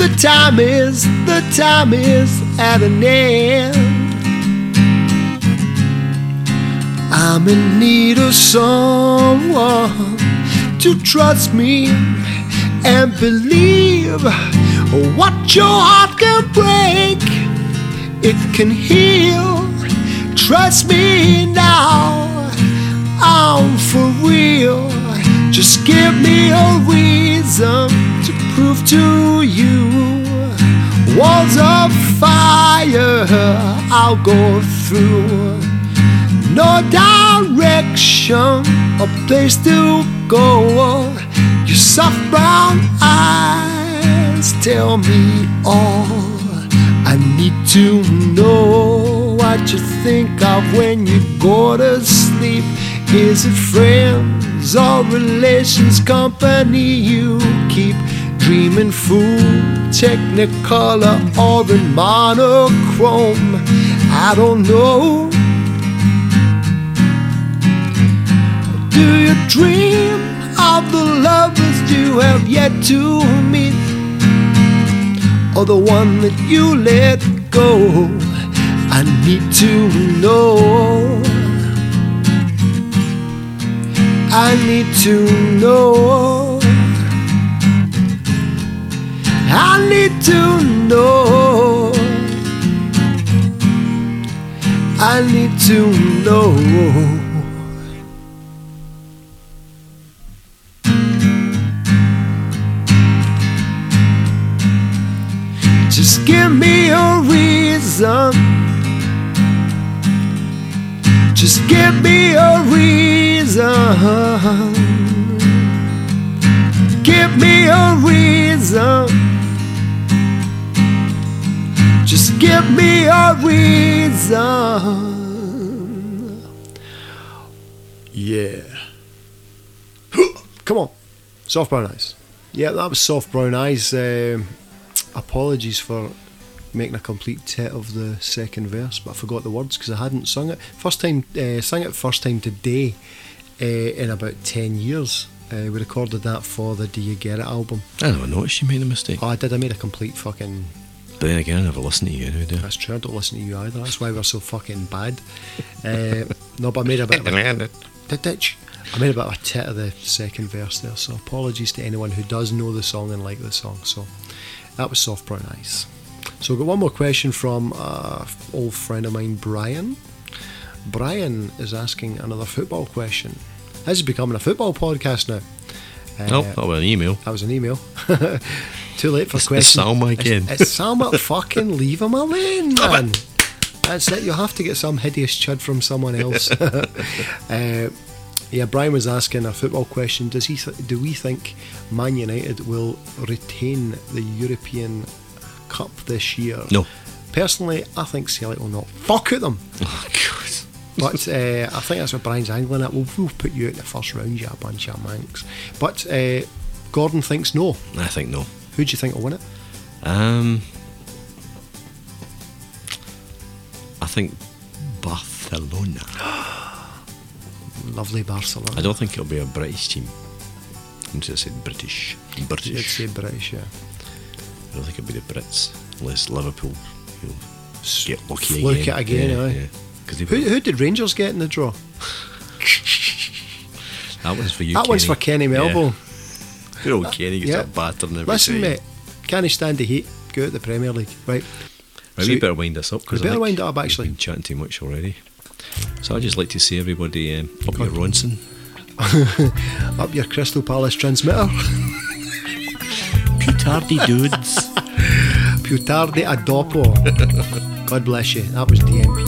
Speaker 1: The time is, the time is at an end. I'm in need of someone to trust me and believe what your heart can break. It can heal. Trust me now, I'm for real. Just give me a reason to prove to you walls of fire I'll go through. no direction or place to go. Your soft brown eyes tell me all I need to know. What you think of when you go to sleep? Is it friends or relations company you keep? Dreaming fool, technicolor or in monochrome. I don't know. Do you dream of the lovers you have yet to meet? Or the one that you let go? I need to know. I need to know. I need to know. I need to know. Just give me a reason. Just give me a reason. Give me a reason. Just give me a reason. Yeah. Come on. Soft brown eyes. Yeah, that was soft brown eyes. Um, apologies for making a complete tet of the second verse, but I forgot the words because I hadn't sung it. First time, uh, sang it first time today uh, in about 10 years. Uh, we recorded that for the Do You Get It album.
Speaker 2: I never noticed you made a mistake.
Speaker 1: Oh, I did, I made a complete fucking.
Speaker 2: But then again, I never listened to you anyway, do I?
Speaker 1: That's true, I don't listen to you either. That's why we're so fucking bad. Uh, no, but I made a bit of a. Ditch. I made a bit of a tit of the second verse there, so apologies to anyone who does know the song and like the song. So that was Soft Brown Eyes. So I've got one more question from an old friend of mine, Brian. Brian is asking another football question. This is becoming a football podcast now. Uh,
Speaker 2: Nope, that was an email.
Speaker 1: That was an email. Too late
Speaker 2: It's-
Speaker 1: for
Speaker 2: it's
Speaker 1: questions.
Speaker 2: Salma again.
Speaker 1: It's, it's Salma. fucking leave him alone, man. That's it. You'll have to get some hideous chud from someone else. uh, yeah, Brian was asking a football question. Does he? Th- do we think Man United will retain the European Cup this year?
Speaker 2: No.
Speaker 1: Personally, I think Celtic will not. Fuck at them.
Speaker 2: Oh, God.
Speaker 1: But uh, I think that's what Brian's angling at. We'll, we'll put you out in the first round, you a bunch of manx. But uh, Gordon thinks no.
Speaker 2: I think no.
Speaker 1: Who do you think will win it?
Speaker 2: Um, I think Barcelona.
Speaker 1: Lovely Barcelona.
Speaker 2: I don't think it'll be a British team. I'm just said British.
Speaker 1: You'd
Speaker 2: British.
Speaker 1: say British, yeah.
Speaker 2: I don't think it'll be the Brits, unless Liverpool you know, get lucky
Speaker 1: Fluke
Speaker 2: again.
Speaker 1: it again, aye.
Speaker 2: Because
Speaker 1: Who, who did Rangers get in the draw?
Speaker 2: that one's for you.
Speaker 1: that one's for Kenny Melville. Uh,
Speaker 2: Yeah. Good old Kenny gets
Speaker 1: Yeah.
Speaker 2: a batter and everything.
Speaker 1: Listen, mate, can he stand the heat? Go out the Premier League, right?
Speaker 2: Right,
Speaker 1: So-
Speaker 2: we better wind this up because
Speaker 1: We better wind it up, actually.
Speaker 2: We've been chatting too much already. So I'd just like to see everybody um, up your Ronson.
Speaker 1: Up your Crystal Palace transmitter.
Speaker 2: Petardy dudes.
Speaker 1: Più tardi a dopo. God bless you. That was DMP.